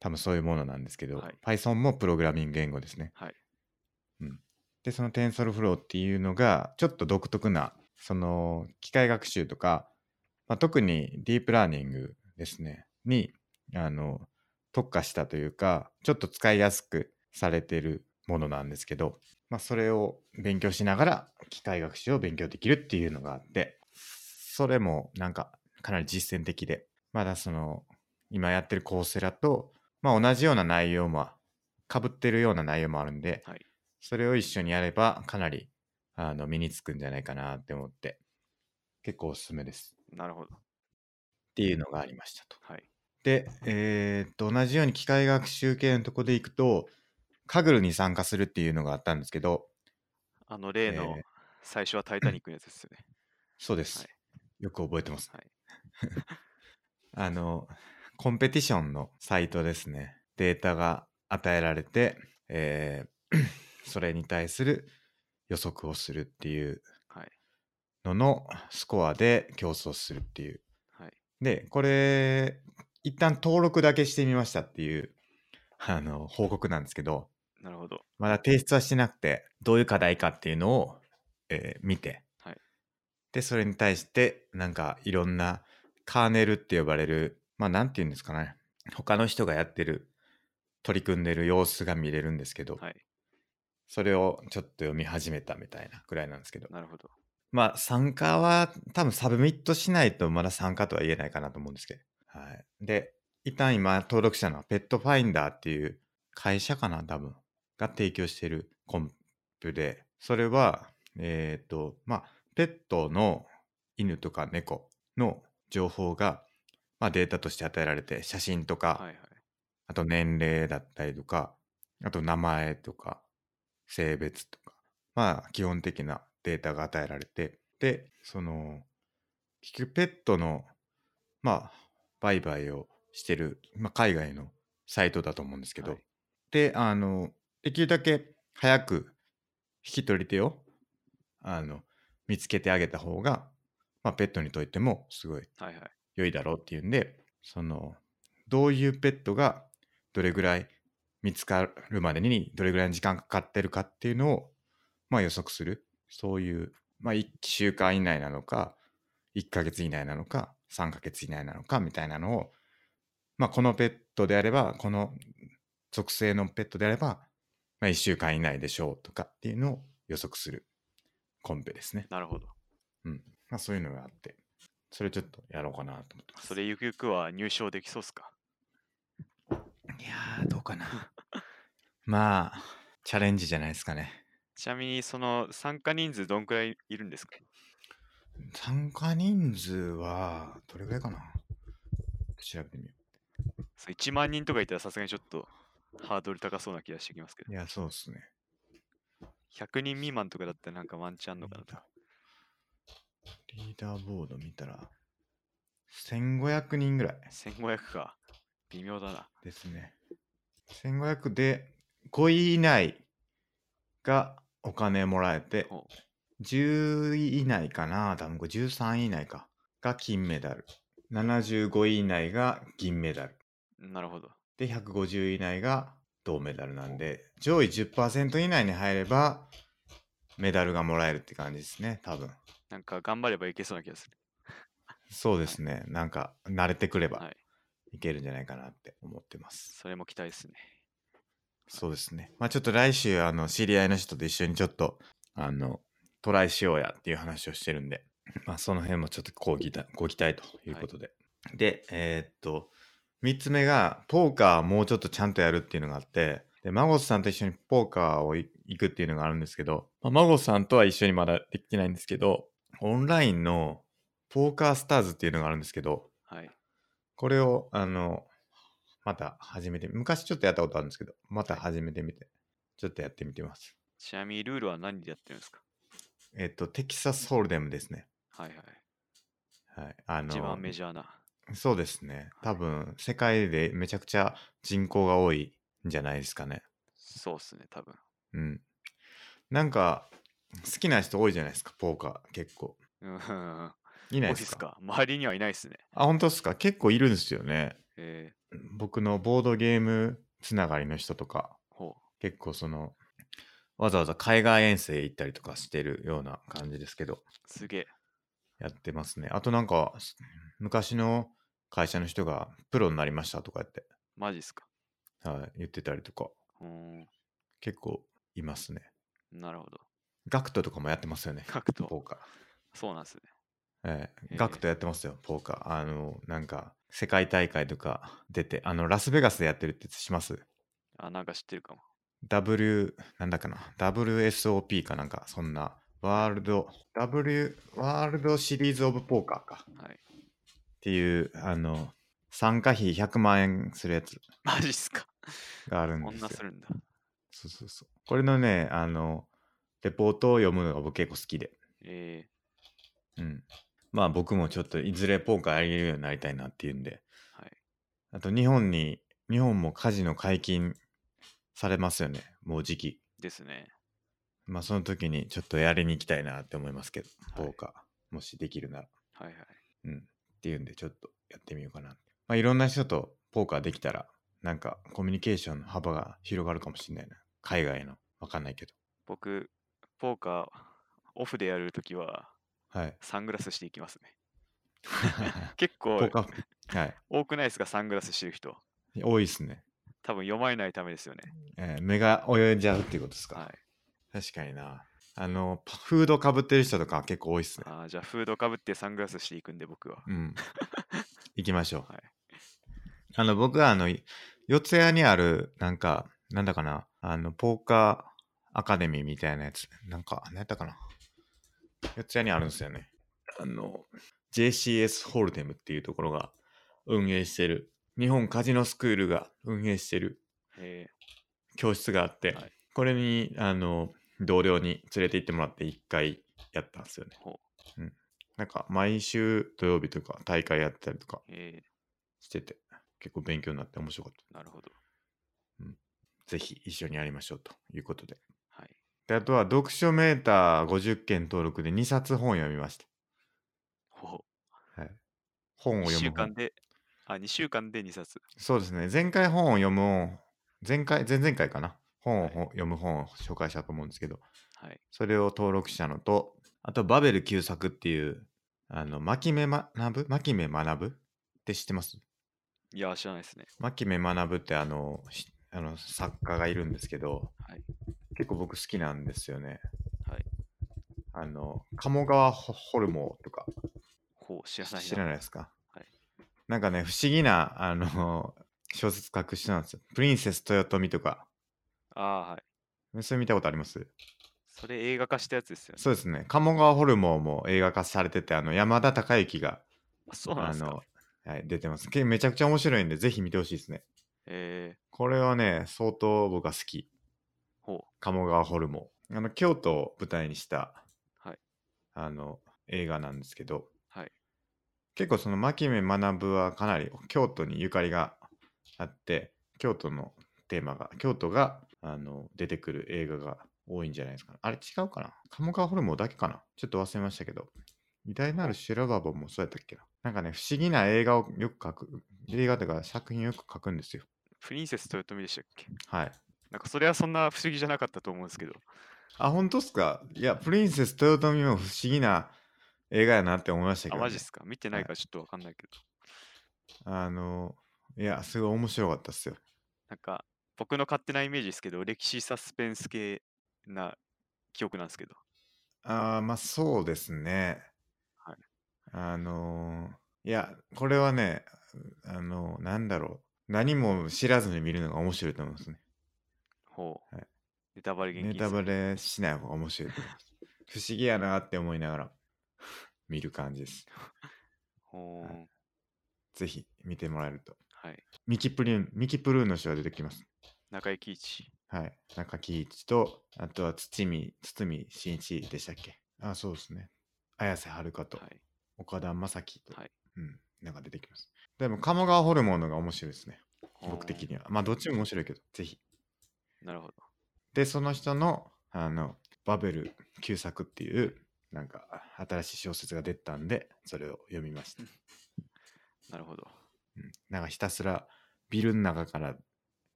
多分そういうものなんですけど、はい Python もプログラミング言語ですね。はいうん、でその TensorFlow っていうのがちょっと独特なその機械学習とか、まあ、特にディープラーニングですねにあの特化したというかちょっと使いやすくされてるものなんですけど、まあ、それを勉強しながら機械学習を勉強できるっていうのがあってそれもなんかかなり実践的でまだその今やってるコーセラと、まあ、同じような内容もかぶってるような内容もあるんで、はいそれを一緒にやればかなりあの身につくんじゃないかなって思って結構おすすめですう。なるほど。っていうのがありましたと。はい。で、えーっと同じように機械学習系のとこでいくとカグルに参加するっていうのがあったんですけどあの例のえー最初はタイタニックのやつですよ *clears throat* ね。そうです、はいよく覚えてます、はいあのコンペティションのサイトですねデータが与えられて、えー *clears throat* それに対する予測をするっていうはい。ののスコアで競争するっていうはい。で、これ、一旦登録だけしてみましたっていう、あの、報告なんですけど、なるほど。まだ提出はしてなくて、どういう課題かっていうのを、えー見て、はいで、それに対して、なんか、いろんな、カーネルって呼ばれる、まあ、なんて言うんですかね、他の人がやってる、取り組んでる様子が見れるんですけど、はい。それをちょっと読み始めたみたいなぐらいなんですけど、なるほど。まあ参加は多分サブミットしないとまだ参加とは言えないかなと思うんですけど。はい。で、一旦今登録したのはペットファインダーっていう会社かな多分が提供しているコンプで、それは、えっ、と、まあペットの犬とか猫の情報が、まあ、データとして与えられて写真とか、はいはい。あと年齢だったりとか、あと名前とか、性別とか、まあ基本的なデータが与えられて、で、その、結局ペットの、まあ、売買をしてる、まあ海外のサイトだと思うんですけど、はいで、あの、できるだけ早く引き取り手を、あの、見つけてあげた方が、まあ、ペットにとってもすごいはいはい。良いだろうっていうんで、その、どういうペットがどれぐらい見つかるまでにどれぐらいの時間かかってるかっていうのを、まあ予測する。そういう、まあ1週間以内なのか、1ヶ月以内なのか、3ヶ月以内なのかみたいなのを、まあこのペットであれば、この属性のペットであれば、まあ1週間以内でしょうとかっていうのを予測するコンペですね。なるほど。うん。まあそういうのがあって、それちょっとやろうかなと思ってます。それゆくゆくは入賞できそうっすかいやー、どうかな。まあ、チャレンジじゃないですかね。ちなみにその参加人数どんくらいいるんですか参加人数は、どれぐらいかな調べてみよそう ?1 万人とかいたらさすがにちょっとハードル高そうな気がしてきますけう。ど、いや、そうですね。 100人未満とかだったらなんかワンチャンあんのかなとか。リーダーボード見たら、1500人ぐらい1500か。微妙だな。ですね。1500で、5位以内がお金もらえて、ほ10位以内かな多分これ13位以内か。が金メダル。75位以内が銀メダル。うなるほど。で、150位以内が銅メダルなんで、上位10%以内に入れば、メダルがもらえるって感じですね、多分。なんか頑張ればいけそうな気がする。そうですね、なんか慣れてくれはばい。いけるんじゃないかなって思ってます。それも期待ですね。そうですね。まあちょっと来週、あの、知り合いの人と一緒にちょっと、あの、トライしようやっていう話をしてるんで、 *laughs* まあその辺もちょっとこう期待、ご期待ということで。で、えーっと、3つ目が、ポーカーもうちょっとちゃんとやるっていうのがあって、で、マゴスさんと一緒にポーカーをい行くっていうのがあるんですけど、まあ、マゴスさんとは一緒にまだできてないんですけど、オンラインのポーカースターズっていうのがあるんですけど、はい。これを、あの、また始めて、昔ちょっとやったことあるんですけど、また始めてみて、ちょっとやってみてます。ちなみにルールは何でやってるんですかえっと、テキサスホールデムですね。はいはい。はい。あ一番メの、ジャーな。そうですね。多分、世界でめちゃくちゃ人口が多いんじゃないですかね。そうっすね、多分。うん。なんか、好きな人多いじゃないですか、ポーカー、結構。うん。多いないいでっすすかか周りにはいないっすね。あ、本当ですか結構いるんですよね。えー、僕のボードゲームつながりの人とか。ほ結構そのわざわざ海外遠征行ったりとかしてるような感じですけどう。すげえ。やってますねあとなんかす昔の会社の人がプロになりましたとかやって、マジっすかはい、言ってたりとかうーん。結構いますねなるほど。ガクトとかもやってますよね格ポ闘。ーカーそうなんですね。えへえ、えガクトやってますよ、ポーカー。あの、なんか、世界大会とか出て、あの、ラスベガスでやってるってしますあ、なんか知ってるかも。 W、なんだかな、WSOP かなんか、そんな、ワールド、W、ワールドシリーズオブポーカーか。はい。っていう、あの、参加費100万円するやつマジっすかがあるんこでんすなよ。するんだ。そうそうそう。これのね、あの、レポートを読むのが僕結構好きで。えうん。まあ僕もちょっといずれポーカーやれるようになりたいなっていうんで。はい。あと日本に、日本もカジノ解禁されますよね。もう時期。ー、ですね。まあその時にちょっとやりに行きたいなって思いますけど、はポいーカー。もしできるなら。はいはい。うん。っていうんで、ちょっとやってみようかな。まあ、いろんな人とポーカーできたら、なんかコミュニケーションの幅が広がるかもしれないな。海外の。わかんないけど。僕、ポーカー、オフでやるときは、 *laughs* はい。サングラスしていきますね。結ポ構ー、カー、はい。多くないですかサングラスしてる人。多いですね。多分読まれないためですよね。えー目が泳いじゃうっていうことですか。はい。確かにな。あの、パフードかぶってる人とか結構多いですね。あーじゃあ、フードかぶってサングラスしていくんで、僕は。 *laughs* うん。行きましょう。はいあの、僕はあの、い四谷にある、なんか、なんだかな、あの、ポーカーアカデミーみたいなやつ、なんか、何やったかな。四谷にあるんですよね。あの、JCS ホールデムっていうところが運営してる、日本カジノスクールが運営してるえ教室があって、はいこれに、あの、同僚に連れて行ってもらって一回やったんですよね。ほうん。なんか、毎週土曜日とか大会やってたりとかー、えしてて、結構勉強になって面白かった。ー、なるほど。ぜひ一緒にやりましょうということで。はい。であとは読書メーター50件登録で2冊本読みました。法。はい、本を1読週む本間で、あ、2週間で2冊。そうですね。前回本を読む本、前回、前々回かな。本をはいほ読む本を紹介したと思うんですけど、はい。それを登録したのと、あと、バベル旧作っていう、あの、牧目学ぶ牧目学ぶって知ってますいや、知らないですね。牧目学ぶってあの、しあの作家がいるんですけど、はい結構僕好きなんですよね。はい。あの、鴨川ホホルモーとかほう、知らないな。知らないですか、はいなんかね、不思議な、あの、小説書く人なんですよ。プリンセス豊臣とか。ああ、はい。それ見たことありますそれ映画化したやつですよね。そうですね。鴨川ホルモンも映画化されてて、あの山田孝之があそうなんですか。あの、はい、出てます。けめちゃくちゃ面白いんで、ぜひ見てほしいですね。えこれはね、相当僕は好き。ー、ほ鴨川ホルモン。あの、京都を舞台にした、はいあの、映画なんですけど、はい結構その牧目学はかなり京都にゆかりがあって、京都のテーマが、京都があの出てくる映画が多いんじゃないですか、あれ違うかな鴨川ホルモンだけかなちょっと忘れましたけど。偉大なる修羅場もそうやったっけななんかね、不思議な映画をよく描く、映画とか作品をよく描くんですよ。う。プリンセス豊臣でしたっけはい。なんかそれはそんな不思議じゃなかったと思うんですけど。あ、本当っすかいや、プリンセス豊臣も不思議な映画やなって思いましたけあ、ど、ね。マジっすか見てないからちょっとわかんないけど。あの、いや、すごい面白かったっすよ。なんか僕の勝手なイメージですけど、歴史サスペンス系な記憶なんですけど。ああ、まあそうですね。はいあのーいや、これはね、あのなんだろう。何も知らずに見るのが面白いと思いますね。ほう。はいネタバレ厳禁ネっタすバねレしない方が面白いと思います。不思議やなって思いながら *laughs* 見る感じです。ほう。ぜひ見てもらえると。はい。ミキプリン、ミキプルーンの人が出てきます。中井貴一。はい。中木一と、あとは堤、堤真一でしたっけあ、そうですね。綾瀬はるかと、はい。岡田将生と、はいうん、なんか出てきます。でも、鴨川ホルモンのが面白いですね。僕的ほには。まあ、どっちも面白いけど、ぜひ。う。なるほど。で、その人の、あの、バベル旧作っていう、なんか、新しい小説が出たんで、それを読みました。なるほど。うん、なんか、ひたすら、ビルの中から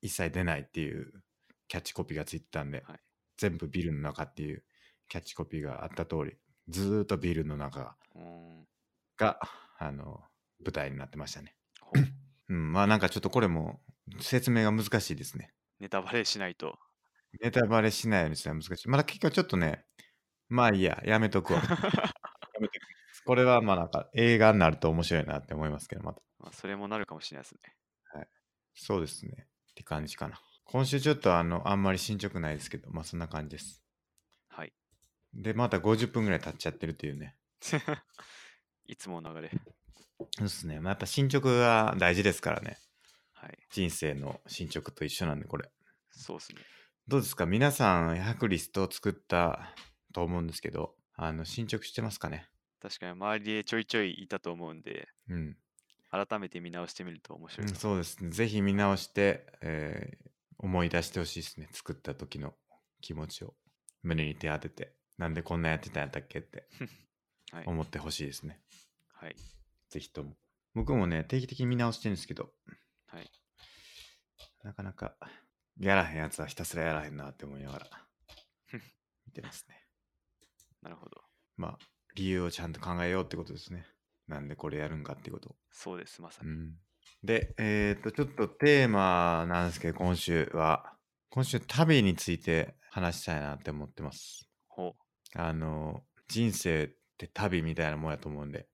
一切出ないっていうキャッチコピーがついてたんで、はい全部ビルの中っていうキャッチコピーがあった通り、ずーっとビルの中うーん。が、あの、舞台になってましたね。ほ *coughs* ううん、まあなんかちょっとこれも説明が難しいですね。ネタバレしないと。ネタバレしないようにするのは難しい。まだ結局ちょっとね、まあいいや、やめと *laughs* くわ。やめとくこれはまあなんか映画になると面白いなって思いますけど、また。まあ、それもなるかもしれないですね。そうですね。って感じかな。今週ちょっとあの、あんまり進捗ないですけど、まあそんな感じです。はい。 *laughs* で、また50分ぐらい経っちゃってるっていうね。いつもの流れ。そうですね。まあ、やっぱ進捗が大事ですからね。はい。人生の進捗と一緒なんで、これ。そうですね。どうですか皆さん、100リストを作ったと思うんですけど、あの、進捗してますかね確かに周りでちょいちょいいたと思うんで、うん。改めて見直してみると面白いかも。そうですね。ぜひ見直して、えー思い出してほしいですね。作った時の気持ちを胸に手当てて、なんでこんなやってたんやったっけって *laughs* はい思ってほしいですね。はい。ぜひとも。僕もね、定期的に見直してるんですけど、はい。なかなかやらへんやつはひたすらやらへんなって思いながら見てます *laughs* ね。なるほど。まあ、理由をちゃんと考えようってことですね。なんでこれやるんかってことを。そうです、まさうに。ん、で、えっと、ちょっとテーマなんですけど、今週は、今週旅について話したいなって思ってます。ほう。あの、人生って旅みたいなもんやと思うんで、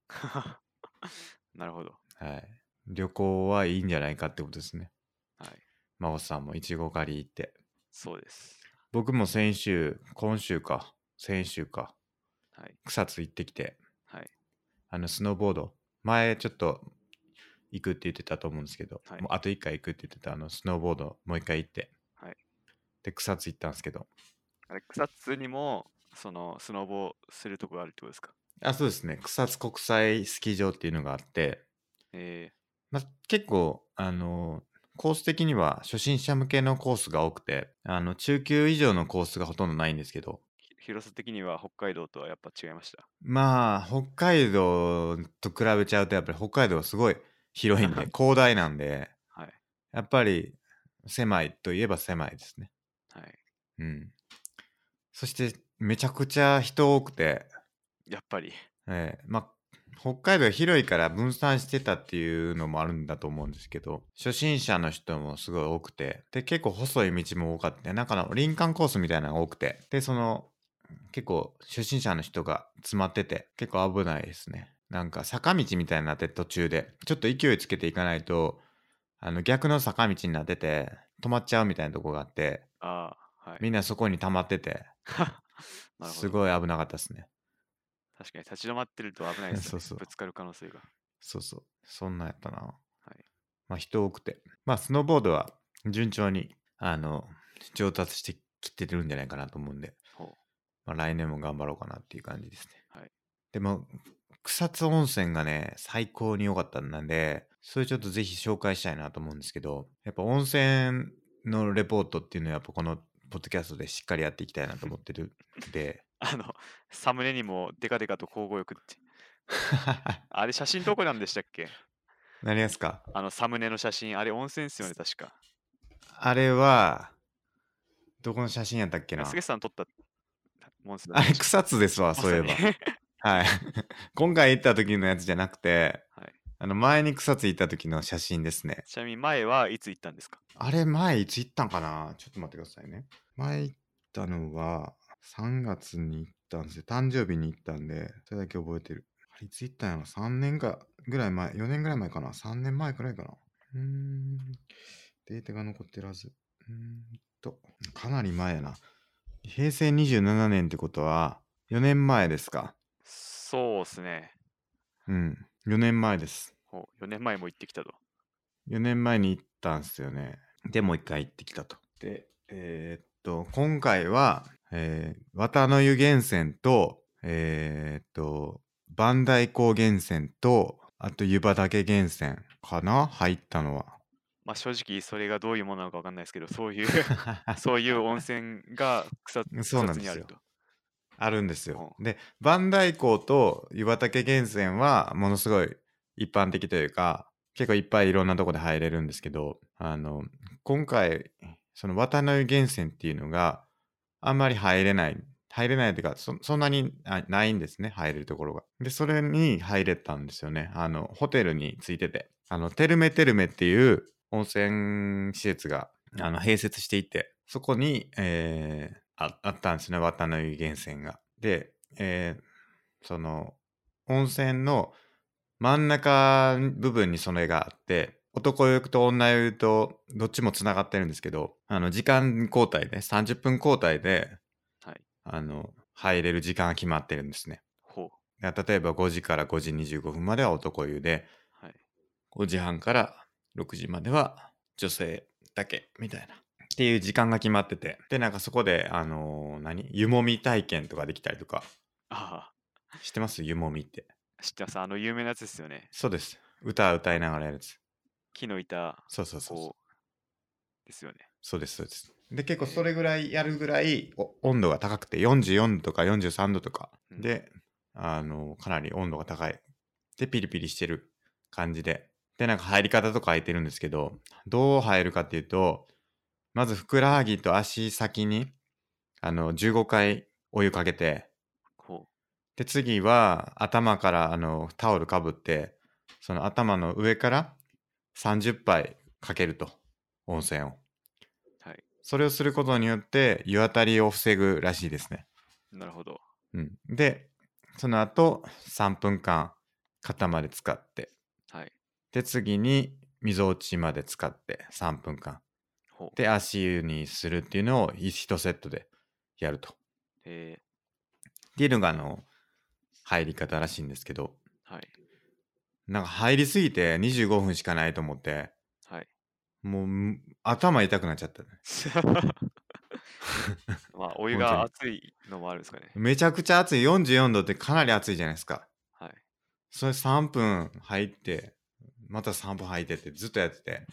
*laughs* なるほど。はい。旅行はいいんじゃないかってことですね。はい。真帆さんもいちご狩り行って。そうです。僕も先週、今週か、先週か、はい。草津行ってきて、はい。あの、スノーボード、前ちょっと行くって言ってたと思うんですけど、はいもうあと1回行くって言ってた、あの、スノーボード、もう1回行って、はいで、草津行ったんですけど、あれ、草津にも、その、スノボするとこがあるってことですかあ、そうですね、草津国際スキー場っていうのがあって、えまあ、結構、あの、コース的には初心者向けのコースが多くて、あの、中級以上のコースがほとんどないんですけど、ー、広さ的には北海道とはやっぱ違いましたまあ、北海道と比べちゃうと、やっぱり北海道はすごい広いんで、広大なんで、はいやっぱり狭いといえば狭いですね。はいうん。そして、めちゃくちゃ人多くて、やっぱりええまあ、北海道広いから分散してたっていうのもあるんだと思うんですけど、初心者の人もすごい多くて、で、結構細い道も多かった。なんかの林間コースみたいなのが多くて、で、その、結構初心者の人が詰まってて、結構危ないですね。なんか坂道みたいになって途中で、ちょっと勢いつけていかないと、あの逆の坂道になってて、止まっちゃうみたいなとこがあって、ああはいみんなそこに溜まってて、なるほすどごい危なかったですね。確かに立ち止まってると危ないです *laughs* そよねうそうぶつかる可能性がそうそう。そんなんやったな。いまあ人多くて。まあスノーボードは順調に、あの、上達してきてるんじゃないかなと思うんで、ほうまあ来年も頑張ろうかなっていう感じですね。はいでも、草津温泉がね、最高に良かったんなんで、それちょっとぜひ紹介したいなと思うんですけど、やっぱ温泉のレポートっていうのはやっぱこのポッドキャストでしっかりやっていきたいなと思ってるん *laughs* で、 *laughs* あのサムネにもデカデカと交互浴ってあれ写真どこなんでしたっけなりますかあのサムネの写真あれ温泉っすよね確かあれは、どこの写真やったっけな安げさん撮ったモンスターあれ草津ですわ、そういえば。はい。 *laughs* 今回行った時のやつじゃなくて、はいあの前に草津行った時の写真ですね。ちなみに前はいつ行ったんですかあれ、前いつ行ったんかなちょっと待ってくださいね。前行ったのは、3月に行ったんですよ。誕生日に行ったんで、それだけ覚えてる。あれ、いつ行ったんやろ ?3 年かぐらい前、4年ぐらい前かな ?3 年前くらいかなうーん。データが残ってるはず。うーんと、かなり前やな。平成27年ってことは、4年前ですか。そうっすねうん。4年前です。ほう4年前も行ってきたと4年前に行ったんすよね。で、もう一回行ってきたと。で、えーっと、今回は、えー、綿の湯源泉と、えーっと、磐梯高原泉と、あと湯畑源泉かな入ったのは。まあ正直それがどういうものなのかわかんないですけどそう *laughs* いうそういう温泉が草そうな草ん津ですによあるとあるんですよ。で、磐梯港と湯畑源泉はものすごい一般的というか、結構いっぱいいろんなとこで入れるんですけど、あの、今回、その渡の湯源泉っていうのがあんまり入れない、入れないというか、そそんなにあないんですね、入れるところが。で、それに入れたんですよね。あの、ホテルについてて、あの、テルメテルメっていう温泉施設があの併設していて、そこに、えーああったんですね、綿の湯源泉が。で、えーその、温泉の真ん中部分にそれがあって、男湯と女湯とどっちもつながってるんですけど、あの、時間交代で、30分交代で、はいあの、入れる時間が決まってるんですね。ほだ例えば5時から5時25分までは男湯で、うはい5時半から6時までは女性だけみたいな。っていう時間が決まってて。で、なんかそこで、あのー何湯もみ体験とかできたりとか。 *laughs* あ知ってます湯もみって。あ知ってますあの有名なやつですよねそうです。歌歌いながらやるやつ。木の板そうそうそうそう。こうですよねそうです、そうです。で、結構それぐらいやるぐらいお温度が高くて、44度とか43度とかうんで、あの、かなり温度が高い。で、ピリピリしてる感じで。で、なんか入り方とか空いてるんですけど、どう入るかっていうと、まずふくらはぎと足先に、あの、15回お湯かけて、こで、次は頭からあのタオルかぶって、その頭の上から30杯かけると、温泉を。うはいそれをすることによって湯あたりを防ぐらしいですね。なるほどうん、で、その後3分間肩まで使って、はいで、次に溝落ちまで使って3分間。ほうで、足湯にするっていうのを1セットでやると。えっていうのがあの、入り方らしいんですけど、ー、はいなんか入りすぎて25分しかないと思って、はい *laughs* もうむ頭痛くなっちゃったね。まあお本当湯にが熱いのもあるんですかねめちゃくちゃ暑い。44度ってかなり暑いじゃないですか。はいそれ3分入って、また3分入ってってずっとやってて、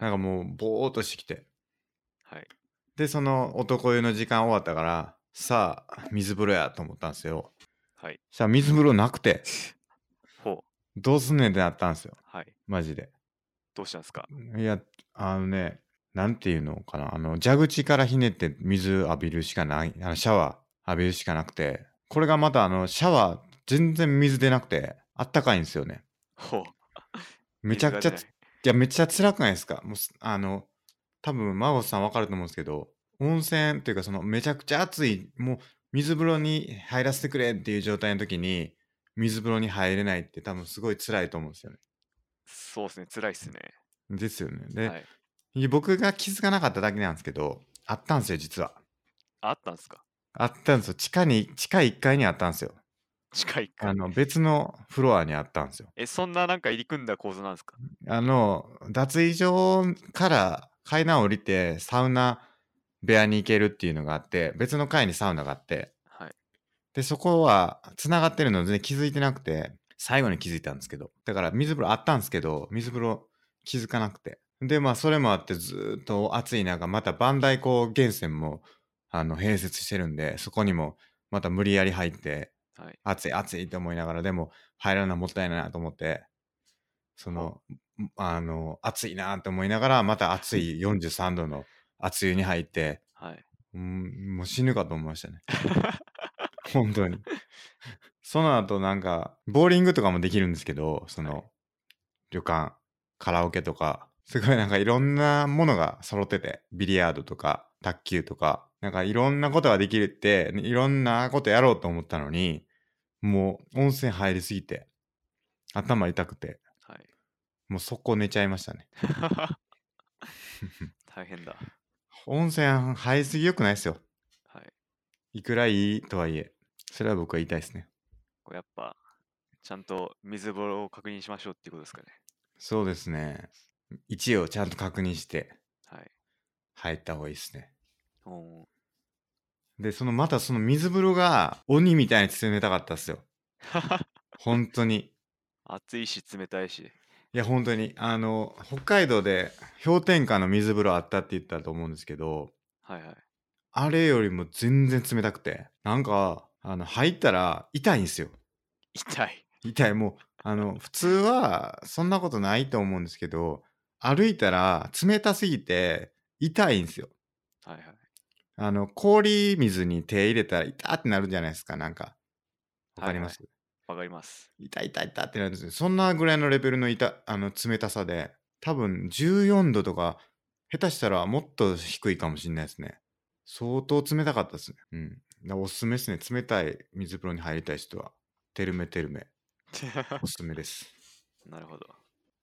なんかもうぼーっとしてきて。はいで、その男湯の時間終わったから、さあ、水風呂やと思ったんですよ。はい。じゃあ水風呂なくて、ほう。どうすんねんってなったんですよ。はい。マジで。どうしたんですかいや、あのね、なんていうのかな。あの、蛇口からひねって水浴びるしかない。あのシャワー浴びるしかなくて。これがまたあの、シャワー全然水出なくて、あったかいんですよね。ほう。めちゃくちゃ水が出つ、ないいや、めっちゃ辛くないですかもうす、あの、多分、孫さんわかると思うんですけど、温泉というか、その、めちゃくちゃ暑い、もう、水風呂に入らせてくれっていう状態の時に、水風呂に入れないって多分すごい辛いと思うんですよね。そうですね。辛いっすね。ですよね。で、はい。いや僕が気づかなかっただけなんですけど、あったんですよ、実は。あったんですか *laughs* あったんですよ。地下に、地下1階にあったんですよ。近いかあ。の、別のフロアにあったんですよ。え、そんななんか入り組んだ構造なんですかあの、脱衣所から階段降りて、サウナ部屋に行けるっていうのがあって、別の階にサウナがあって、はい。で、そこは繋がってるので気づいてなくて、最後に気づいたんですけど、だから水風呂あったんですけど、水風呂気づかなくて。で、まあ、それもあってずーっと暑い中、また磐梯湖源泉も、あの、併設してるんで、そこにもまた無理やり入って、はい。暑い暑いって思いながらでも入らないもったいないなと思ってそのんあの暑いなと思いながらまた暑い43度の熱湯に入って、はい。うん、もう死ぬかと思いましたね *laughs* 本当にその後なんかボーリングとかもできるんですけどその、はい旅館カラオケとかすごいなんかいろんなものが揃っててビリヤードとか卓球とかなんかいろんなことができるっていろんなことやろうと思ったのにもう温泉入りすぎて頭痛くてはい。もう速攻寝ちゃいましたね大変だ。温泉入りすぎよくないですよはい。いくらいいとはいえそれは僕は言いたいですねこれやっぱ、ちゃんと水風呂を確認しましょうっていうことですかね。そうですね位置をちゃんと確認してはい。入った方がいいですねおーでそのまたその水風呂が鬼みたいに冷たかったっすよ本当に暑いし冷たいし。いや本当にあの北海道で氷点下の水風呂あったって言ったと思うんですけどはい *laughs* はい。あれよりも全然冷たくてなんかあの入ったら痛いんですよ痛い。痛いもうあの普通はそんなことないと思うんですけど歩いたら冷たすぎて痛いんですよはいはい。あの氷水に手入れたら痛ってなるじゃないですかなんかわかります、わかります。 *laughs* 痛い痛い痛いってなるんですよそんなぐらいのレベルの痛あの冷たさで多分14度とか下手したらもっと低いかもしれないですね相当冷たかったですねうんだからおすすめですね冷たい水風呂に入りたい人はてるめてるめおすすめですなるほど。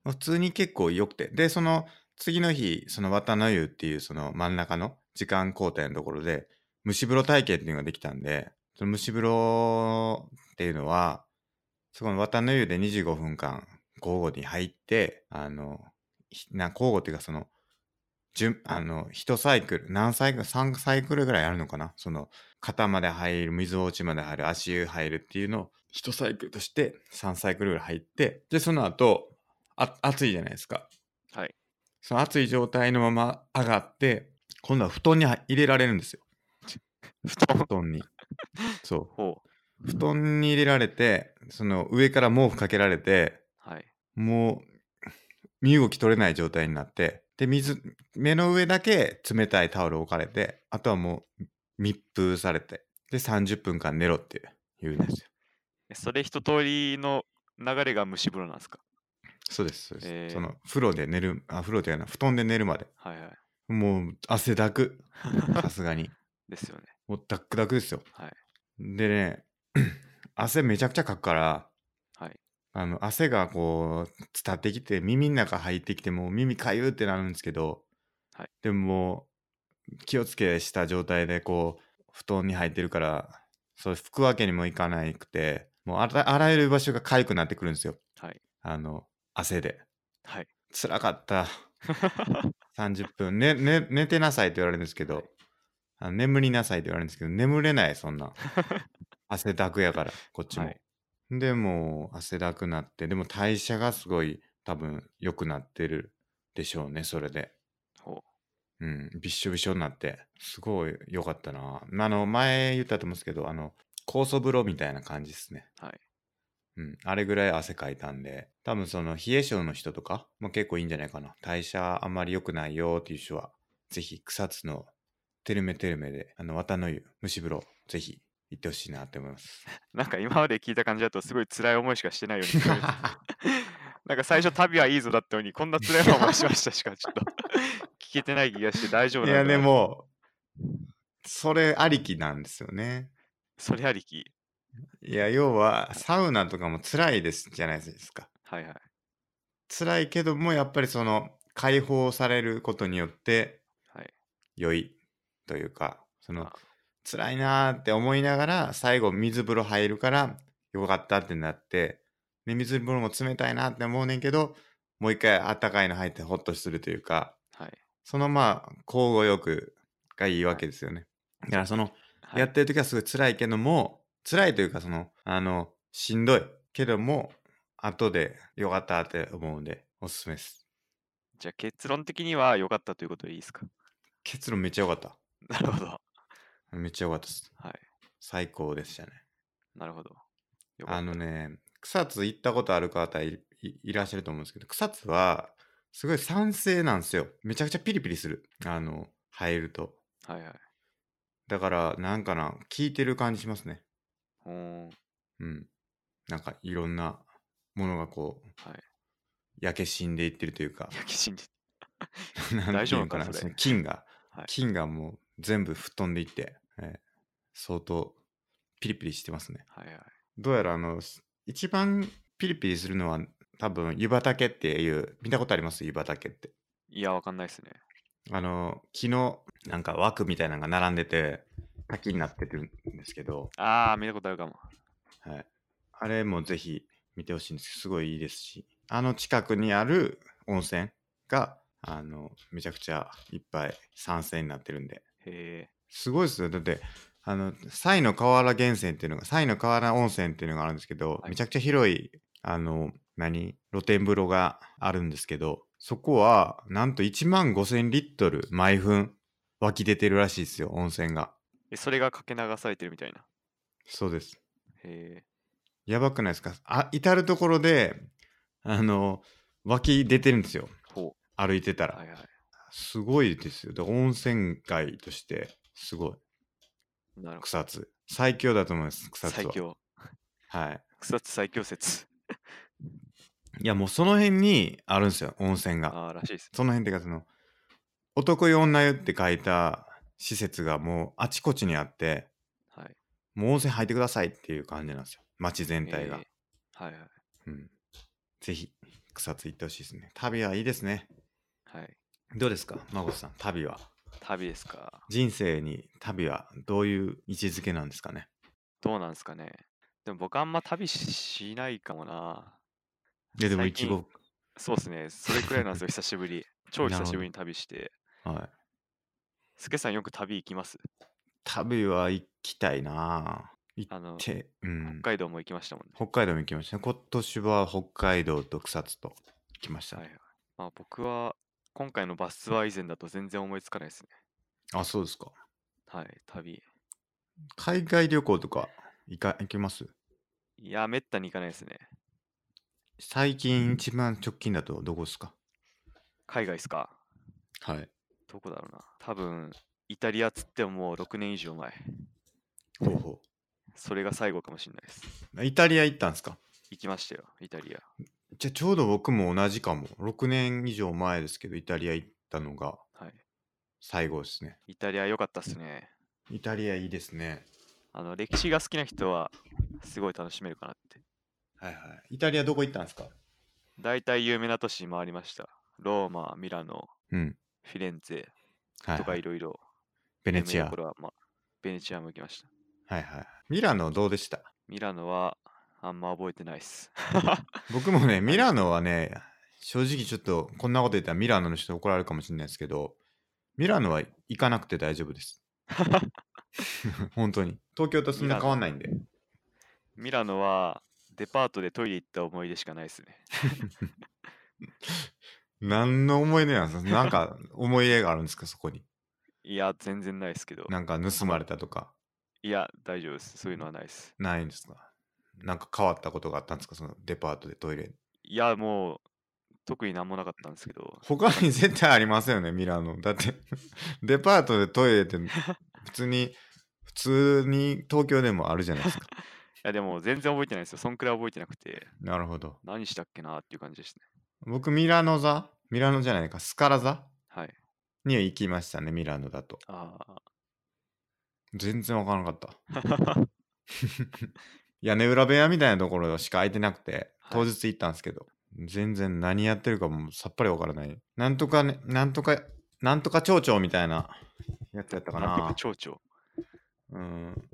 普通に結構良くてでその次の日その綿の湯っていうその真ん中の時間交代のところで蒸し風呂体験っていうのができたんでその蒸し風呂っていうのはそこの綿の湯で25分間交互に入ってあのひな交互っていうかその順あの1サイクル何サイクル3サイクルぐらいあるのかなその肩まで入る水落ちまで入る足湯入るっていうのを1サイクルとして3サイクルぐらい入ってでその後あ暑いじゃないですか。はい。その暑い状態のまま上がって、今度は布団に入入れられるんですよ。 *laughs* 布団布団に。そほう。う。布団に入れられて、その上から毛布かけられて、はい。もう身動き取れない状態になって、で、水、目の上だけ冷たいタオル置かれて、あとはもう密封されて、で、30分間寝ろって言うんですよ。えそれ一通りの流れが蒸し風呂なんですかそうです、そうです。えーその、風呂で寝る、あ、風呂じゃない、布団で寝るまで。はいはい。もう汗だ *laughs* く、さすがに。ですよね。もうダックダックですよ。はいでね、 *clears throat* 汗めちゃくちゃかくから、はい。あの汗がこう伝ってきて耳の中入ってきてもう耳かゆってなるんですけど、はいでももう気をつけした状態でこう布団に入ってるからそう拭くわけにもいかないくてもうあらあらゆる場所が痒くなってくるんですよはい。あの汗ではい。つらか *laughs* った30分、ねね、寝てなさいって言われるんですけどあの眠りなさいって言われるんですけど眠れないそん *laughs* な汗だくやからこっちも、はいでもう汗だくなってでも代謝がすごい多分良くなってるでしょうねそれでほうん、びっしょびしょになって、すごい良かったな。まあの、前言ったと思うんですけど、あの、酵素風呂みたいな感じですね。はい。うん、あれぐらい汗かいたんで、多分その冷え性の人とかも結構いいんじゃないかな。代謝あんまり良くないよっていう人は、ぜひ草津のテルメテルメで、あの、綿の湯、蒸し風呂、ぜひ行ってほしいなって思います。なんか今まで聞いた感じだとすごい辛い思いしかしてないように聞こ *laughs* える。 *laughs* なんか最初旅はいいぞだったのにこんな辛い思いしましたしかちょっと *laughs* 聞けてない気がして大丈夫いなやんでだな。も、それありきなんですよね。それありき。いや、要ははいサウナとかも辛いですじゃないですか。はいはい。辛いけども、やっぱりその解放されることによってはい。良いというか、そのあ辛いなーって思いながら最後水風呂入るからよかったってなって、で水風呂も冷たいなって思うねんけど、もう一回あったかいの入ってホッとするというか、はい。そのまあ交互浴がいいわはい。けですよね。だからそのはやっい。てる時はすごい辛いけども辛いというかそのあのしんどいけども後でよかったって思うんでおすすめです。じゃあ結論的には良かったということでいいですか *laughs* 結論めっちゃ良かっなるほど。た。めっちゃ良かったです。はい。最高でしたね。なるほど。よかっあのた。ね、草津行ったことある方いいいらっしゃると思うんですけど、草津はすごい酸性なんですよ。めちゃくちゃピリピリする。あの、入ると。はいはい。だから、なんかな、効いてる感じしますね。おー *laughs* ん。うん。なんかいろんなものがこう、はい。焼け死んでいってるという *laughs* か、焼き死んで。なんてい大丈夫うなののかかな、な、それ。その菌が、はい。菌がもう全部吹っ飛んでいって、えー相当ピリピリしてますね。はいはい。どうやらあの、し一番ピリピリするのは多分湯畑っていう、見たことあります湯畑って。いや、わかんないですね。あの、木のなんか枠みたいなのが並んでて、滝になってるんですけど、ああ、見たことあるかも。はい。あれもぜひ見てほしいんですけど、すごいいいですし、あの近くにある温泉が、あの、めちゃくちゃいっぱい酸性になってるんで、へえ。すごいですよ。だって、あの、西の河原源泉っていうのが、西の河原温泉っていうのがあるんですけど、はめい。ちゃくちゃ広い、あの、何露天風呂があるんですけど、そこは、なんと1万5000リットル毎分湧き出てるらしいですよ、温泉が。え、それがかけ流されてるみたいな。そうです。へえ。やばくないですかあ、至るところで、あの、湧き出てるんですよ。ほ歩いてたう。ら。はいはい。すごいですよ。で、温泉街として、すごい。なるほど。草津。最強だと思います、草津最は。強。はい。草津最強説。いや、もうその辺にあるんですよ、温泉が。ああ、らしいですその辺っていうか、その、男湯女湯って書いた施設がもうあちこちにあって、ね。はい。もう温泉入ってくださいっていう感じなんですよ。街全体えが。え。はいはい。うん。ぜひ、草津行ってほしいですね。旅はいいですね。はい。どうですか、孫さん、旅は。旅ですか。人生に旅はどういう位置づけなんですかね。どうなんですかね。でも僕あんま旅ししないかもな。いや、でも最一近、期。そうですね。それくらいなん *laughs* ですよ、久しぶり。超な久るしほぶど。りに旅して。はい。すけさんよく旅行きます旅は行きたいなぁ。行っあの、て、う北ん。海道も行きましたもんね。北海道も行きましたね。今年は北海道と草津と行きましたはいね。はい。まあ僕は、今回のバスツアー以前だと全然思いつかないですね。あ、そうですか。はい、旅。海外旅行とか行か行きますいや、めったに行かないですね。最近一番直近だとどこですか海外ですかはい。どこだろうな。多分、イタリアっつってももう6年以上前。ほうほそれが最後かもしれないです。う。イタリア行ったんですか行きましたよ、イタリア。じゃあちょうど僕も同じかも。6年以上前ですけど、イタリア行ったのがはい。最後ですね。イタリア良かったっすね。イタリアいいですね。あの、歴史が好きな人は、すごい楽しめるかなって。はいはい。イタリアどこ行ったんですか大体有名な都市回りました。ローマ、ミラノ、うん。フィレンツェはいとかはいい。ろいろベ有ネ名チどア。ころは、まあ、ベネチアも行きました。はいはい。ミラノどうでしたミラノは、あんま覚えてないっす。 *laughs* 僕もね、ミ何ラしノはね、正直ちょっとこんなこと言ったらミラノの人怒られるかもしれないですけど、ミラノは行かなくて大丈夫です。 *laughs* 本当に。東京とそミんなラ変わノ。んないんで。ミラノは、デパートでトイレ行った思い出しかないっすね。何の思い出なん *laughs* ですかなんか思い出があるんですかそこに。いや、全然ないですけど。なんか盗まれたとか、いや、大丈夫です。そういうのはないです。ないんですかなんか変わったことがあったんですかそのデパートでトイレ。いや、もう、特になんもなかったんですけど。他に絶対ありますよね、ミラノ。だって、 *laughs* デパートでトイレ *laughs* って普通に、普通に東京でもあるじゃない *laughs* ですか。いや、でも全然覚えてないですよ。そんくらい覚えてなくて、なるほど。何したっけなっていう感じですね。僕、ミラノ座ミラノじゃないか、スカラ座はい。には行きましたね、ミラノだと。ああ。全然わからなかった。 *laughs* *laughs* 屋根裏部屋みたいなところしか空いてなくて、はい当日行ったんですけど、全然何やってるかもうさっぱりわからない。なんとかね、なんとか、なんとか町長みたいなやつやったかなんとかな。町長。うん。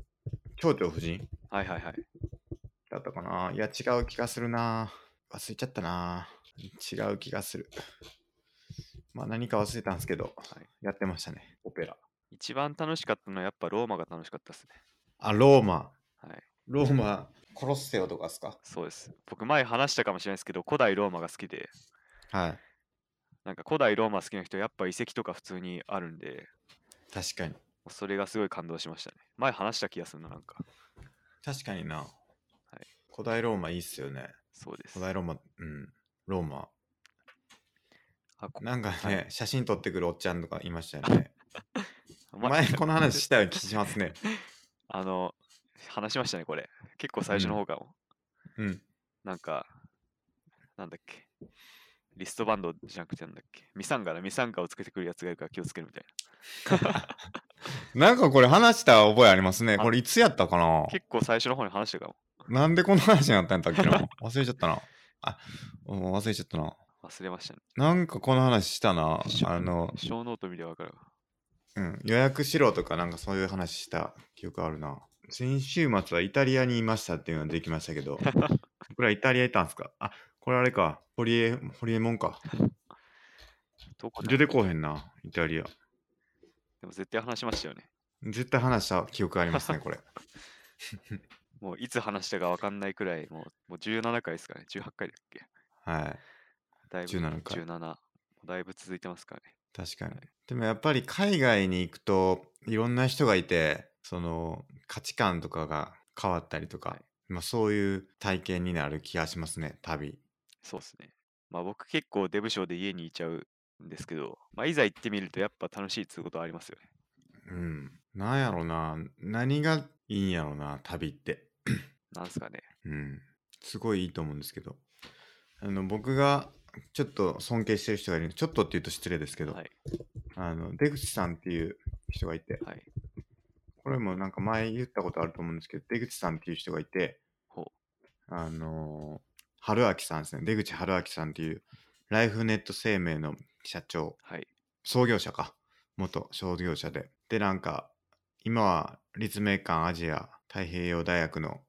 町長夫人はいはいはい。だったかな。いや、違う気がするな。忘れちゃったな。違う気がする。まあ何か忘れたんですけど、いやってましたね、オペラ。一番楽しかったのはやっぱローマが楽しかったですね。あ、ローマ。はい。ローマ、コロッセオとかですかそうです。僕前話したかもしれないですけど、古代ローマが好きで、はい。なんか古代ローマ好きな人、やっぱ遺跡とか普通にあるんで、確かに。それがすごい感動しましたね。前話した気がするな、なんか。確かにな。古代ローマいいっすよね。そうです古。代ローマ、うん。ローマ。あこなんかね、はい写真撮ってくるおっちゃんとかいましたよね。ま前この話したような気しますね。 *laughs* あの、話しましたね、これ。結構最初のうん方かも。うん。なんか、なんだっけ。リストバンドじゃなくてなんだっけ。ミサンガだ、ミサンガをつけてくるやつがいるから気をつけるみたいなんかこれ話した覚えありますね。これいつやったかなな。結構最初の方に話したかも。なんでこの話になったんだっけな忘れちゃったな。あ、うん忘れちゃったな。忘れましたね。なんかこの話したな。しょあの、小ノート見ればわかるわ。うん、予約しろとかなんかそういう話した記憶あるな。先週末はイタリアにいましたっていうのはできましたけ *laughs* ど、これはイタリアいたんですかあ、これあれか。ホリエ、ホリエモンか。どこだ出てこうへんな、イタリア。でも絶対話しましたよね。絶対話した記憶ありますね、これ。もういつ話したかわかんないくらい、もうもう17回ですかね。18回だっけ。はい。だいぶ17回17だいぶ続いてますからね。確かに。でもやっぱり海外に行くといろんな人がいて、その価値観とかが変わったりとか、はいまあそういう体験になる気がしますね、旅。そうですね。まあ僕結構デブ症で家にいちゃうんですけど、まあいざ行ってみるとやっぱ楽しいっていうことはありますよね。うん。なんやろな、何がいいんやろな、旅って。なんすかね。うん。すごいいいと思うんですけど。あの、僕がちょっと尊敬してる人がいるちょっとって言うと失礼ですけど、はい。あの、出口さんっていう人がいて、はい。これもなんか前言ったことあると思うんですけど、出口さんっていう人がいて、ほあのー春明さんですね、出口春明さんっていう、ライフネット生命の社長、はい。創業者か、元創業者で。で、なんか、今は立命館アジア太平洋大学の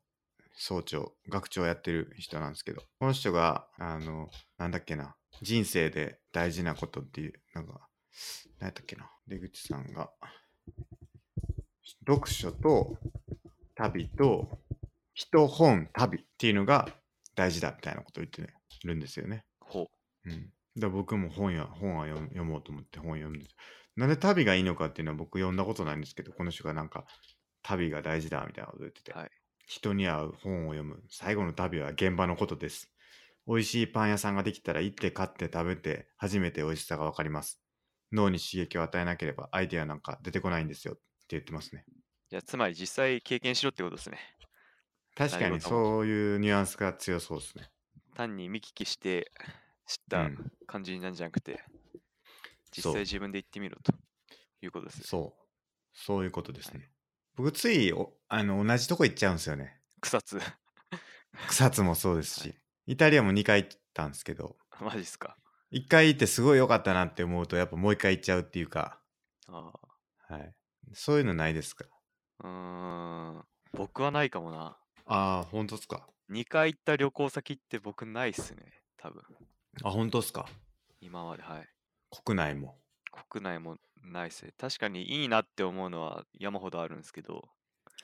総長、学長をやってる人なんですけど、この人が、あの、なんだっけな、人生で大事なことっていう、なんか、何やったっけな、出口さんが、読書と旅と人、本、旅っていうのが大事だみたいなことを言ってね、るんですよね。ほうん、だ僕も本や本は読む読もうと思って本読んでてなんで旅がいいのかっていうのは僕読んだことないんですけどこの人がなんか旅が大事だみたいなこと言ってて、はい人に合う本を読む最後の旅は現場のことです美味しいパン屋さんができたら行って買って食べて初めて美味しさが分かります脳に刺激を与えなければアイデアなんか出てこないんですよって言ってますねじゃあつまり実際経験しろってことですね。確かなるにほどそういうニュアンスが強そうですね単に見聞きして知っうたん感じになるんじゃなくて、そ実う際自分で行ってみろということですよ。そうそういうことですね、は僕ついおあの同じとこ行っちゃうんですよね草津。 *laughs* 草津もそうですし、はいイタリアも2回行ったんですけど *laughs* マジっすか。 1回行ってすごい良かったなって思うとやっぱもう1回行っちゃうっていうか、あはい、そういうのないですかあ。うーん。僕はないかもな。ああ本当っすか2回行った旅行先って僕ないっすね。多分。あ本当っすか今まではい。国内も国内もないっすね。確かにいいなって思うのは山ほどあるんですけど、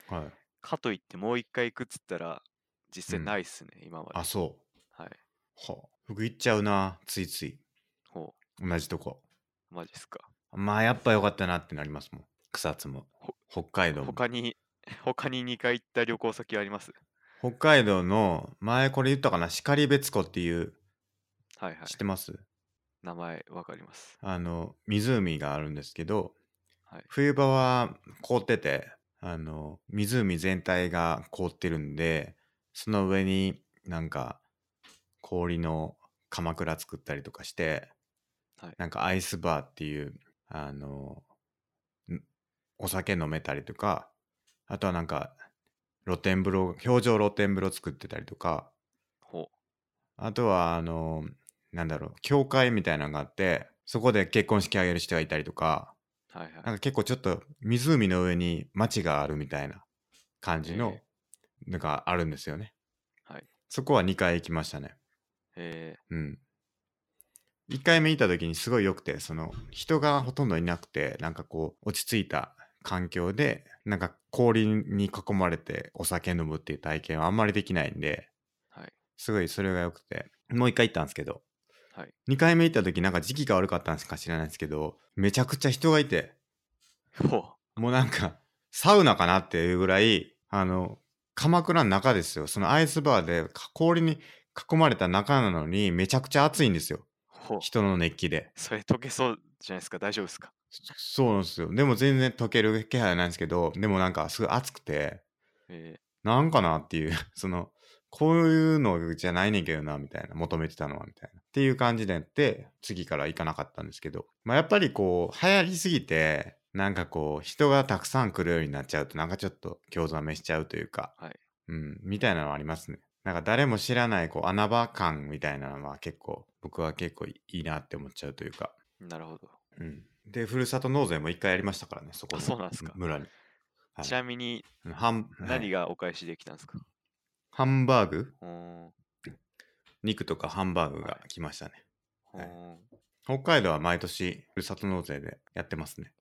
はいかといってもう一回行くっつったら、実際うんないっすね、今まで。あそうはい。はあ僕行っちゃうなついついほう。同じとこ。マジっすか。まあやっぱ良かったなってなりますもん。草津も。北海道も。他に、 *laughs* 他に2回行った旅行先あります北海道の前これ言ったかな光別湖っていうはいはい知っ。てます、名前わかります。あの湖があるんですけど、はい冬場は凍っててあの湖全体が凍ってるんでその上になんか氷の鎌倉作ったりとかして、はいなんかアイスバーっていうあのんお酒飲めたりとかあとはなんか露天風呂表情露天風呂作ってたりとかほあとは、あの、なんだろう、教会みたいなのがあって、そこで結婚式挙げる人がいたりとか、う。はいなはんい。か結構ちょっと湖の上に町があるみたいな感じのえ、のがあるんですよね。はい。そこは2回行きましたね。えうん。1回目行った時にすごい良くて、その人がほとんどいなくて、なんかこう落ち着いた環境で、なんか氷に囲まれてお酒飲むっていう体験はあんまりできないんで、ー、はい。すごいそれが良くて、もう1回行ったんですけど、はい。 2回目行った時なんか時期が悪かったんですか知らないですけどめちゃくちゃ人がいてほう。もうなんかサウナかなっていうぐらいあの鎌倉の中ですよそのアイスバーでか氷に囲まれた中なのにめちゃくちゃ暑いんですよほう。人の熱気でそれ溶けそうじゃないですか。大丈夫ですか。そそうなんですよでも全然溶ける気配はないんですけどでもなんかすごい暑くてえなんかなっていう *laughs* そのこういうのじゃないねんけどなみたいな求めてたのはみたいなっていう感じでやって次から行かなかったんですけど、まあ、やっぱりこう流行りすぎてなんかこう人がたくさん来るようになっちゃうとなんかちょっと興ざめしちゃうというか、はいうん、みたいなのはありますねなんか誰も知らないこう穴場感みたいなのは結構僕は結構いいなって思っちゃうというか、ー、なるほど。うん、でふるさと納税も一回やりましたからねそこのあそうなんですか村に、はいちなみにうんハンはい何がお返しできたんですか、ハンバーグほーん肉とかハンバーグがは来ましたね、ほはいーん北海道は毎年ふるさと納税でやってますね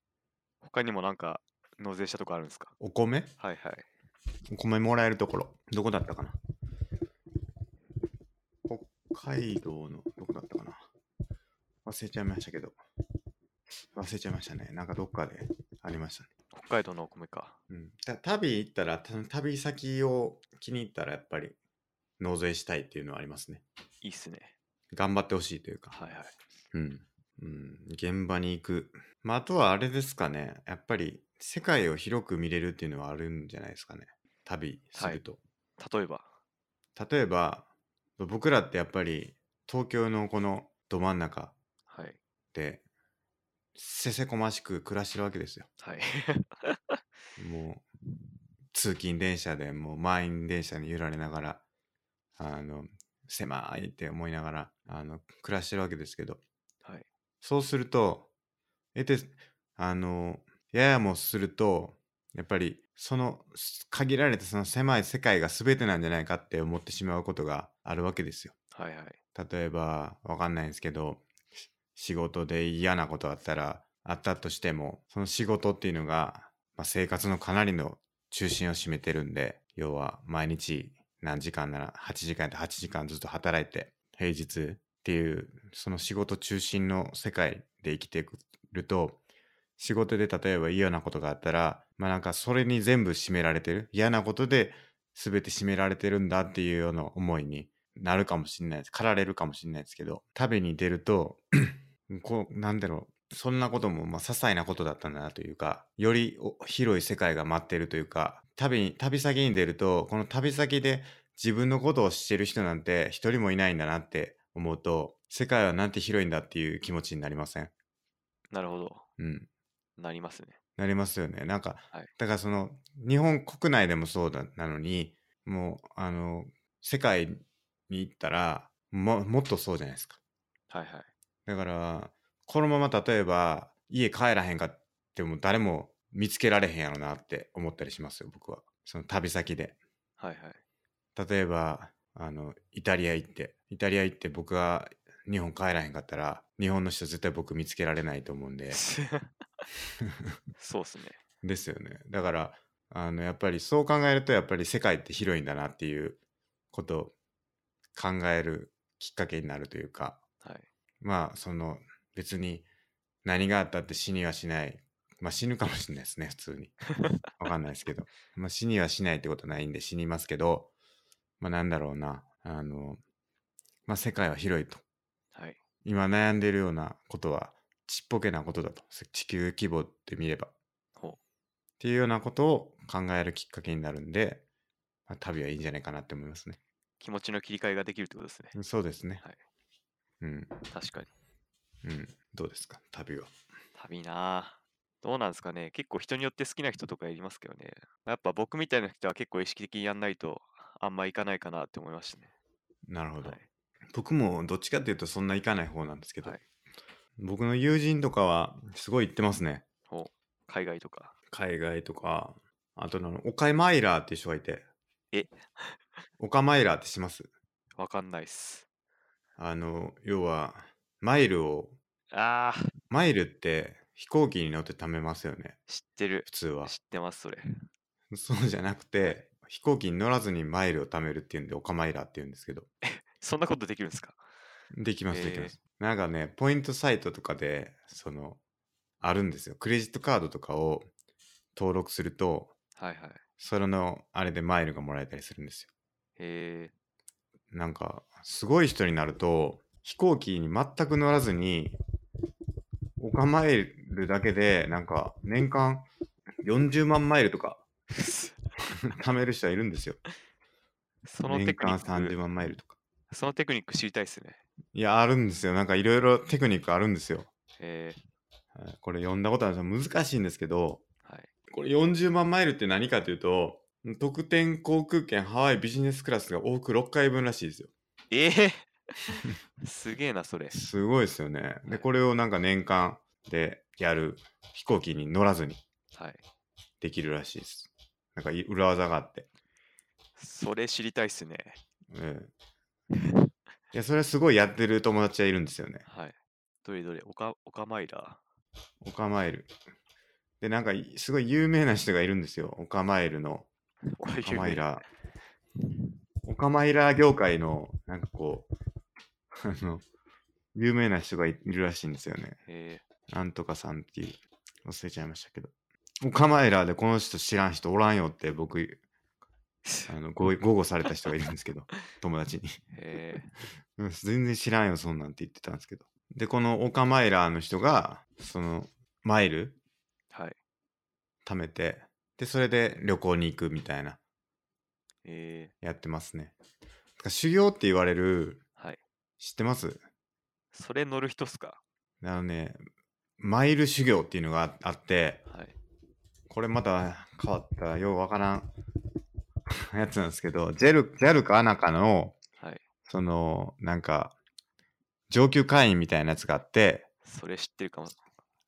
他にもなんか納税したとこあるんですかお米はいはい。お米もらえるところどこだったかな北海道のどこだったかな忘れちゃいましたけど忘れちゃいましたねなんかどっかでありましたね北海道のお米か。うんた旅行ったらた旅先を気に入ったらやっぱり納税したいっていうのはありますねいいっすね。頑張ってほしいというかはいはい。うん、うん、現場に行く、まあ、あとはあれですかねやっぱり世界を広く見れるっていうのはあるんじゃないですかね旅すると、例えば。例えば僕らってやっぱり東京のこのど真ん中はい。でせせこましく暮らしてるわけですよはい。 *laughs* もう通勤電車でもう満員電車に揺られながらあの狭いって思いながらあの暮らしてるわけですけどはい。そうすると、えて、あの、ややもすると、やっぱり、その、す限られたその狭い世界が全てなんじゃないかって思ってしまうことがあるわけですよ。はいはい。例えば、わかんないんですけど、し仕事で嫌なことあったら、あったとしても、その仕事っていうのが、まあ、生活のかなりの中心を占めてるんで、要は毎日何時間なら、8時間やったら8時間ずっと働いて、平日っていう、その仕事中心の世界で生きていくると、仕事で例えば嫌なことがあったら、まあなんかそれに全部占められてる。嫌なことで全て占められてるんだっていうような思いになるかもしれないです。駆られるかもしれないですけど、食べに出ると、 *clears throat* こう、なんだろう、そんなことも、まあ、些細なことだったんだなというか、よりお広い世界が待ってるというか、旅に、旅先に出ると、この旅先で自分のことを知ってる人なんて一人もいないんだなって思うと、世界はなんて広いんだっていう気持ちになりません。なるほど。うん。なりますね。なりますよね。なんか、はいだからその日本国内でもそうだなのにもうあの世界に行ったらももっとそうじゃないですか。はいはい。だからこのまま例えば家帰らへんかっても誰も見つけられへんやろなって思ったりしますよ僕は。その旅先で。はいはい。例えばあのイタリア行ってイタリア行って僕が日本帰らへんかったら日本の人絶対僕見つけられないと思うんで。 *laughs* そうっすね。ですよね。だから、あの、やっぱりそう考えると、やっぱり世界って広いんだなっていうことを考えるきっかけになるというか、はい。まあ、その、別に何があったって死にはしない。まあ死ぬかもしれないですね、普通に。わかんないですけど。まあ死にはしないってことはないんで死にますけど、まあなんだろうな。あの、まあ世界は広いと。はい。今悩んでるようなことはちっぽけなことだと。地球規模って見れば。ほうっていうようなことを考えるきっかけになるんで、まあ、旅はいいんじゃないかなって思いますね。気持ちの切り替えができるってことですね。そうですね。はいうん。確かに。うん。どうですか旅は。旅なあどうなんですかね結構人によって好きな人とかいますけどね。やっぱ僕みたいな人は結構意識的にやんないとあんま行かないかなって思いましたね。なるほど。はい僕もどっちかっていうとそんな行かない方なんですけど、はい僕の友人とかはすごい行ってますね。ほう海外とか。海外とか、あとあの、オカイマイラーっていう人がいて。えオカマイラーってしますわかんないっす。あの、要は、マイルを、ああ、マイルって飛行機に乗って貯めますよね、知ってる。普通は知。ってます、それ。そうじゃなくて、飛行機に乗らずにマイルを貯めるっていうんで、オカマイラーっていうんですけど。そんなことできるんですかできます、へーできます。なんかね、ポイントサイトとかで、その、あるんですよ。クレジットカードとかを登録すると、はいはい。それの、あれでマイルがもらえたりするんですえよ。なんか、すごい人になると、飛行機に全く乗らずに、オカマイルだけで、なんか、年間40万マイルとか、 *laughs* ー、 *laughs* 貯める人はいるんですよ。そのテ年クニ間ッ30ク、万マイルとか。そのテクニック知りたいっすね。いや、あるんですよ。なんかいろいろテクニックあるんですよ。えはいこれ読んだことあるんですよ難しいんですけど、ー、はい。これ40万マイルって何かというと、特典航空券ハワイビジネスクラスが往復6回分らしいですよ。えー、 *laughs* すげえな、それ。すごいですよね。はで、いこれをなんか年間でやる飛行機に乗らずにはい。できるらしいです。なんかい裏技があって。それ知りたいっすね。うん。 *laughs* いや、それはすごいやってる友達はいるんですよね。はい。どれどれ、おか、おかまいら。オカマイル。で、なんかいすごい有名な人がいるんですよ。オカマイルの。これオカ有マ名イラー。オカマイラー業界の、なんかこう、あの、有名な人がいいるらしいんですよね。えなんとかさんっていう、忘れちゃいましたけど。オカマイラーでこの人知らん人おらんよって僕、ー、あの、ご豪語された人がいるんですけ *laughs* ど、友達に。えうん全然知らんよ、そんなんって言ってたんですけど。で、このオカマイラーの人が、その、マイルー、はい。貯めて、で、それで旅行に行くみたいな、えやってますね。だから修行って言われる、ー、はい。知ってますそれ乗る人っすかあのね、マイル修行っていうのがああって、はい。これまた変わった、ようわからん *laughs* やつなんですけど、ジェル、ジャルかアナかの、はい。その、なんか、上級会員みたいなやつがあって、それ知っ *laughs* てるかも。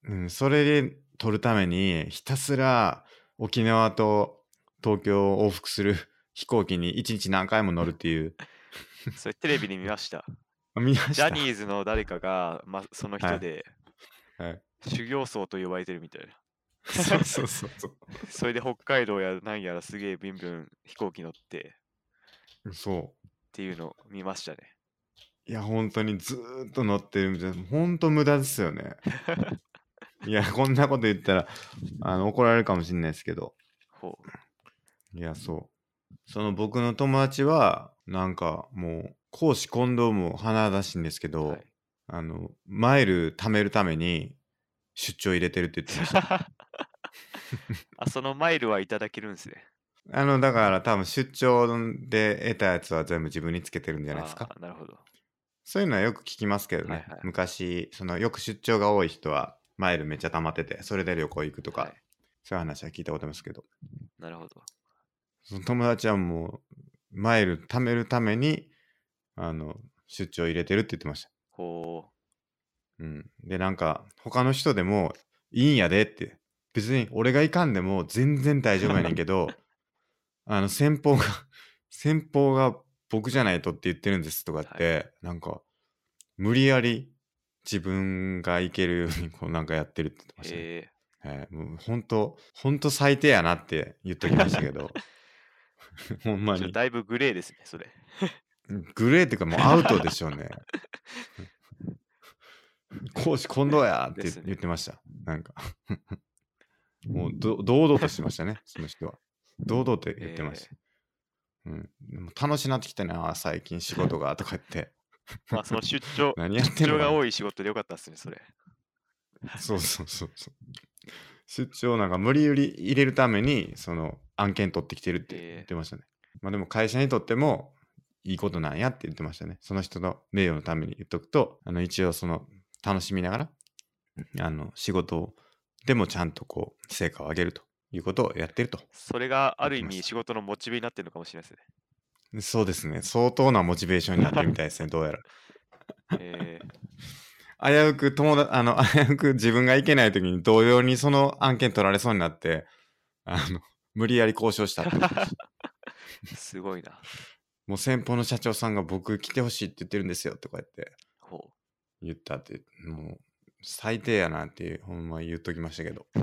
うん、それで取るために、ひたすら沖縄と東京を往復する *laughs* 飛行機に一日何回も乗るって *laughs* いう。それテレビで見ました。あ見ましたジャニーズの誰かが、ま、そのは人いで、はい修行僧と呼ばれてるみたいな。 *laughs* そうそうそうそう。それで北海道やなんやらすげえビュンビュン飛行機乗ってっそう。ていうの見ましたね。いや、本当にずーっと乗ってるみたいな、本当無駄ですよ *laughs* ね。いや、こんなこと言ったらあの怒られるかもしれないですけど。ほう。いや、そう。その僕の友達は、なんかもう、講師混同も華だしいんですけど、はい、 *laughs* あの、マイル貯めるために出張入れてるって言ってました。あ、そのマイルはいただけるんですね。あの、だから多分出張で得たやつは全部自分につけてるんじゃないですか。あーなるほど。そういうのはよく聞きますけどね。はいはい昔、そのよく出張が多い人は、マイルめっちゃ溜まってて、それで旅行行くとか、はいそういう話は聞いたことありますけど、なるほど。その友達はもう、マイル貯めるために、あの、出張入れてるって言ってました。ほうん。で、なんか、他の人でも、いいんやでって。別に俺が行かんでも全然大丈夫やねんけど、あの、先方が、 *laughs* 先方が僕じゃないとって言ってるんですとかって、なんか、無理やり自分が行けるようにこうなんかやってるって言ってまう。したね。えはい、もう本当、本当最低やなって言っときましたけど、ほんまー、ちょに。だいぶグレーですね、それ。 *laughs* グレーっていうかもうアウトでしょうね。講師今度やってですね言ってました。なんか。もうど堂々としてました *laughs* ね、その人は。堂々と言ってました。うん、でも楽しなってきたな、最近仕事がとか言 *laughs* って。、まあ、その出張何やって出んの張かがな多い仕事でよかったですね、それ。そうそうそうそう。出張なんか無理売り入れるために、その案件取ってきてるってええ言ってましたね。まあでも会社にとってもいいことなんやって言ってましたね。その人の名誉のために言っとくと、あの一応その楽しみながら、あの仕事をでもちゃんとこう成果を上げるということをやってると。それがある意やってまし味た仕事のモチベになってるのかもしれないですね。そうですね。相当なモチベーションになってるみたいですね、どうやら。えー危うく友達、あの、 *laughs* 危うく自分が行けない時に同様にその案件取られそうになって、あの、 *laughs* 無理やり交渉したって言ってました。すごいな。もう先方の社長さんが僕来てほしいって言ってるんですよとか言ってほ言ったって、もう最低やなってほんま言っときましたけど、う。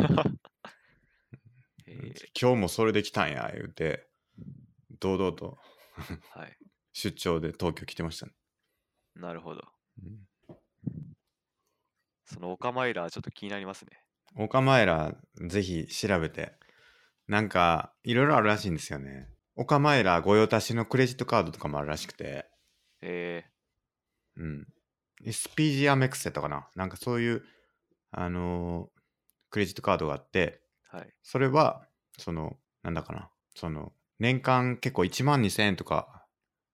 えー今日もそれで来たんや言うて、堂々とはい。出張で東京来てましたね。なるほど。うんそのオカマイラーちょっと気になりますね。オカマエラぜひ調べてなんかいろいろあるらしいんですよねオカマエラ御用達のクレジットカードとかもあるらしくてえうん SPG アメックスやったかななんかそういうあのークレジットカードがあってーはい。それはそのなんだかなその年間結構1万2000円とか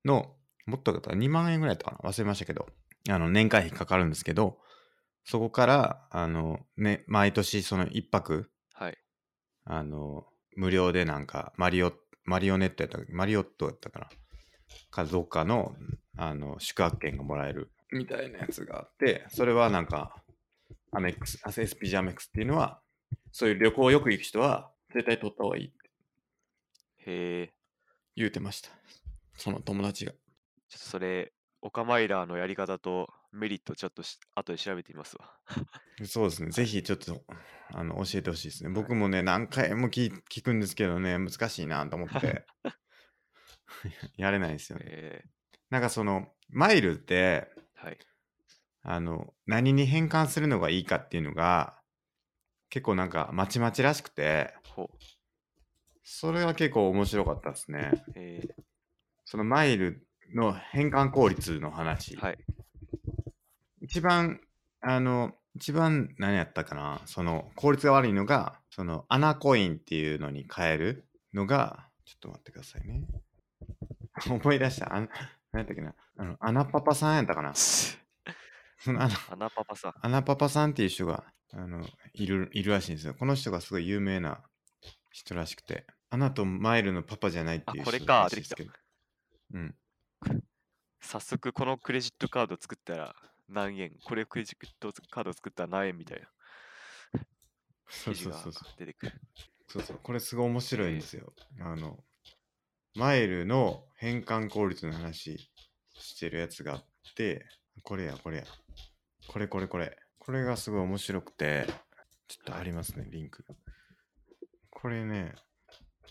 のもっとだったら2万円ぐらいだったかな忘れましたけどあの年会費かかるんですけどそこからあの、ね、毎年その1泊はい。あの、無料でなんか、マリオ、マリオネットやった、マリオットやったかな。かどっかの、あの、宿泊券がもらえるみたいなやつがあって、それはなんか、アメックス、あ SPG アメックスっていうのは、そういう旅行よく行く人は、絶対取った方がいいってへえ。言うてました。その友達が。ちょっとそれ、オカマイラーのやり方とメリットちょっとし後で調べてみますわ。そうですね。ぜひちょっと、あの、教えてほしいですね。僕もね、何回も聞聞くんですけどね、難しいなと思 *laughs* って、やれないんですよね。えーなんかその、マイルって、はい。あの、何に変換するのがいいかっていうのが、結構なんか、まちまちらしくて、ほう。それは結構面白かったですね。えそのマイルの変換効率の話。ーはい。一番、あの、一番何やったかな、その、効率が悪いのが、その、アナコインっていうのに変えるのが、ちょっと待ってくださいね。 *laughs* 思い出した。あの何やったっけな。あの、アナパパさんやったかな。そのアナ花パパさん。アナパパさんっていう人があのいるいるらしいんですよ。この人がすごい有名な人らしくて。アナとマイルのパパじゃないっていう人あこれからしいですけど。うん。早速このクレジットカード作ったら何円これクレジットカード作ったら何円みたいなそ記うそ事うがそうそう。出てくる。そうそうこれすごい面白いんですよ。あの、マイルの変換効率の話してるやつがあって、これやこれや。これこれこれ。これがすごい面白くて、ちょっとありますね、リンク。これね、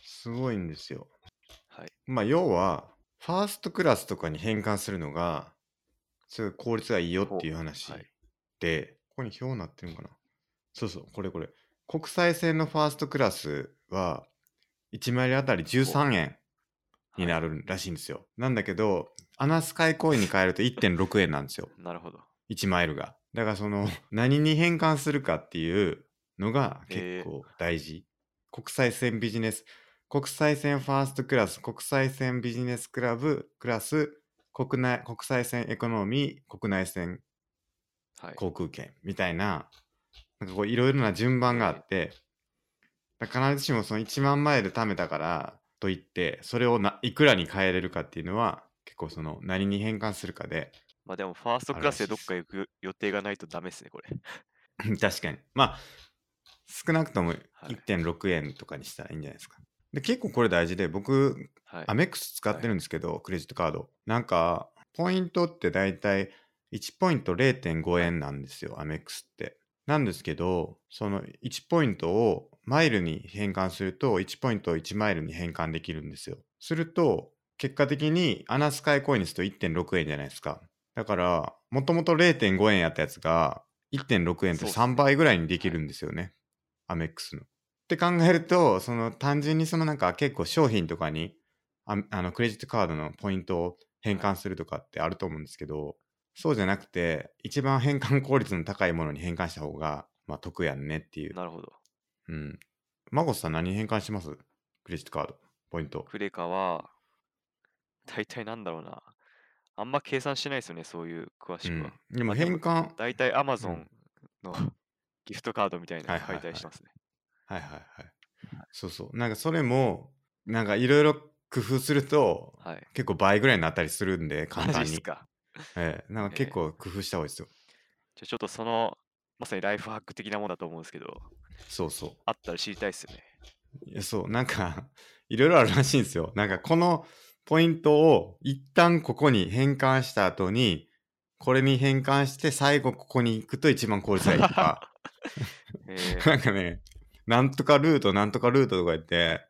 すごいんですよ。はい。まあ、要は、ファーストクラスとかに変換するのが、すごい効率がいいよっていう話ほうはいで、ここに表になってるのかなそうそう、これこれ。国際線のファーストクラスは、1マイルあたり13円になるらしいんですよ。なんだけど、アナスカイコインに変えると1.6円なんですよ。なるほど。 1マイルが。だからその、何に変換するかっていうのが結構大事。国際線ビジネス、国際線ファーストクラス、国際線ビジネスクラブ、クラス、国内、国際線エコノミー、国内線はい。航空券みたいな、なんかこういろいろな順番があって、だから必ずしもその1万マイル貯めたからといって、それをないくらに変えれるかっていうのは、結構その何に変換するかで *laughs* まあでもファーストあクるらラしスいででどっすか行く予定がないとダメですね、これ。うん確かに。まあ、少なくともはい1.6円とかにしたらいいんじゃないですか。で、結構これ大事で、僕、はいア。メックス使ってるんですけど、クレジットカード。なんか、ポイントって大体1ポイント0.5円なんですよ、アメックスって。なんですけど、その1ポイントをマイルに変換すると、1ポイントを1マイルに変換できるんですよ。すると、結果的にアナスカイコインにすると1.6円じゃないですか。だから、もともと0.5円やったやつが1.6円とそうっすね3倍ぐらいにできるんですよね。アメックスの。って考えると、その単純にそのなんか結構商品とかにああのクレジットカードのポイントを変換するとかってあると思うんですけど、そうじゃなくて、一番変換効率の高いものに変換した方が、まあ得やんねっていう。なるほど。うん。マゴスさん何変換しますクレジットカード、ポイント。クレカは、大体なんだろうな。あんま計算しないですよね、そういう詳しうくんは。。でも変換、大体 Amazon のギフトカードみたいなはのいはいは解い体してますね。はいはいはい。そうそう。なんかそれも、なんかいろいろ工夫すると、はい。結構倍ぐらいになったりするんで、簡マジ単っすに。か。ええなんか結構工夫した方がいいですよ。じゃあちょっとその、まさにライフハック的なものだと思うんですけど、そうそあったら知りたいっすよね。う。いやそう、なんか、いろいろあるらしいんですよ。なんかこのポイントを一旦ここに変換した後に、これに変換して最後ここに行くと一番効率がいいとか。 *laughs* *laughs* えなんかね、なんとかルート、なんとかルートとか言って、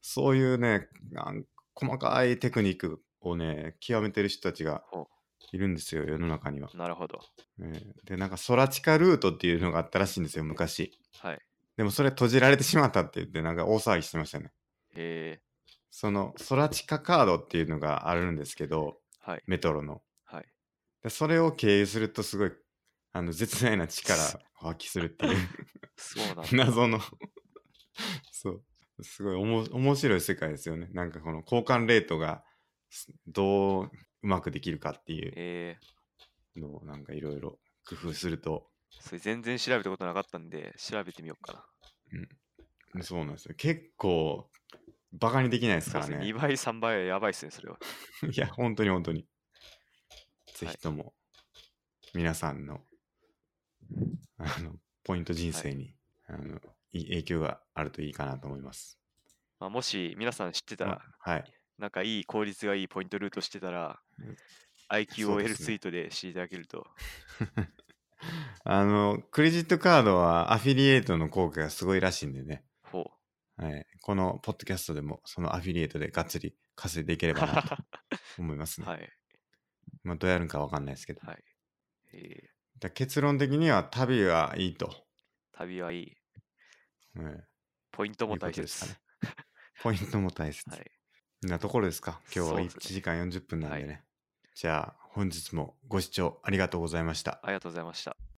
そういうね、なん細かいテクニックをね、極めてる人たちがほういるんですよ、世の中には。 *laughs* ー、なるほど。ねで、なんか、空地下ルートっていうのがあったらしいんですよ、昔。はい。でも、それ閉じられてしまったって言って、なんか大騒ぎしてましたね。えその、空地下カードっていうのがあるんですけど、ー、はい。メトロの。はい。でそれを経由すると、すごい、あの、絶大な力を発揮するって *laughs* いう。そうなんだ。謎の *laughs* そうすごいおも面白い世界ですよねなんかこの交換レートがすどううまくできるかっていうえー、のをなんかいろいろ工夫すると、それ全然調べたことなかったんで、調べてみようかな。そうなんですよ結構バカにできないですそうかでらすね。ね2倍、3倍はやばいっすね、それは。 *laughs* いや本当に本当にぜひとも皆さんのあのポイント人生に、あのいい影響があるといいかなと思いますまあ、もし皆さん知ってたら、はいなんかいい効率がいいポイントルートしてたらうん、そうです IQOL ねツイートで知っていただけると。あの、クレジットカードはアフィリエイトの効果がすごいらしいんでね。ほう。はい、このポッドキャストでもそのアフィリエイトでがっつり稼いでいければなと *laughs* は思いますね。い。まあどうやるんかわかんないですけど。はい。えー、だ結論的には旅はいいと。旅はいい。うんポイントもいうこ大と切でですかす。ねポイントも大切。はい。なところですか。今日はそうです1ね時間40分なんでね。はじゃあ本日もご視聴ありがとうございました。ありがとうございました。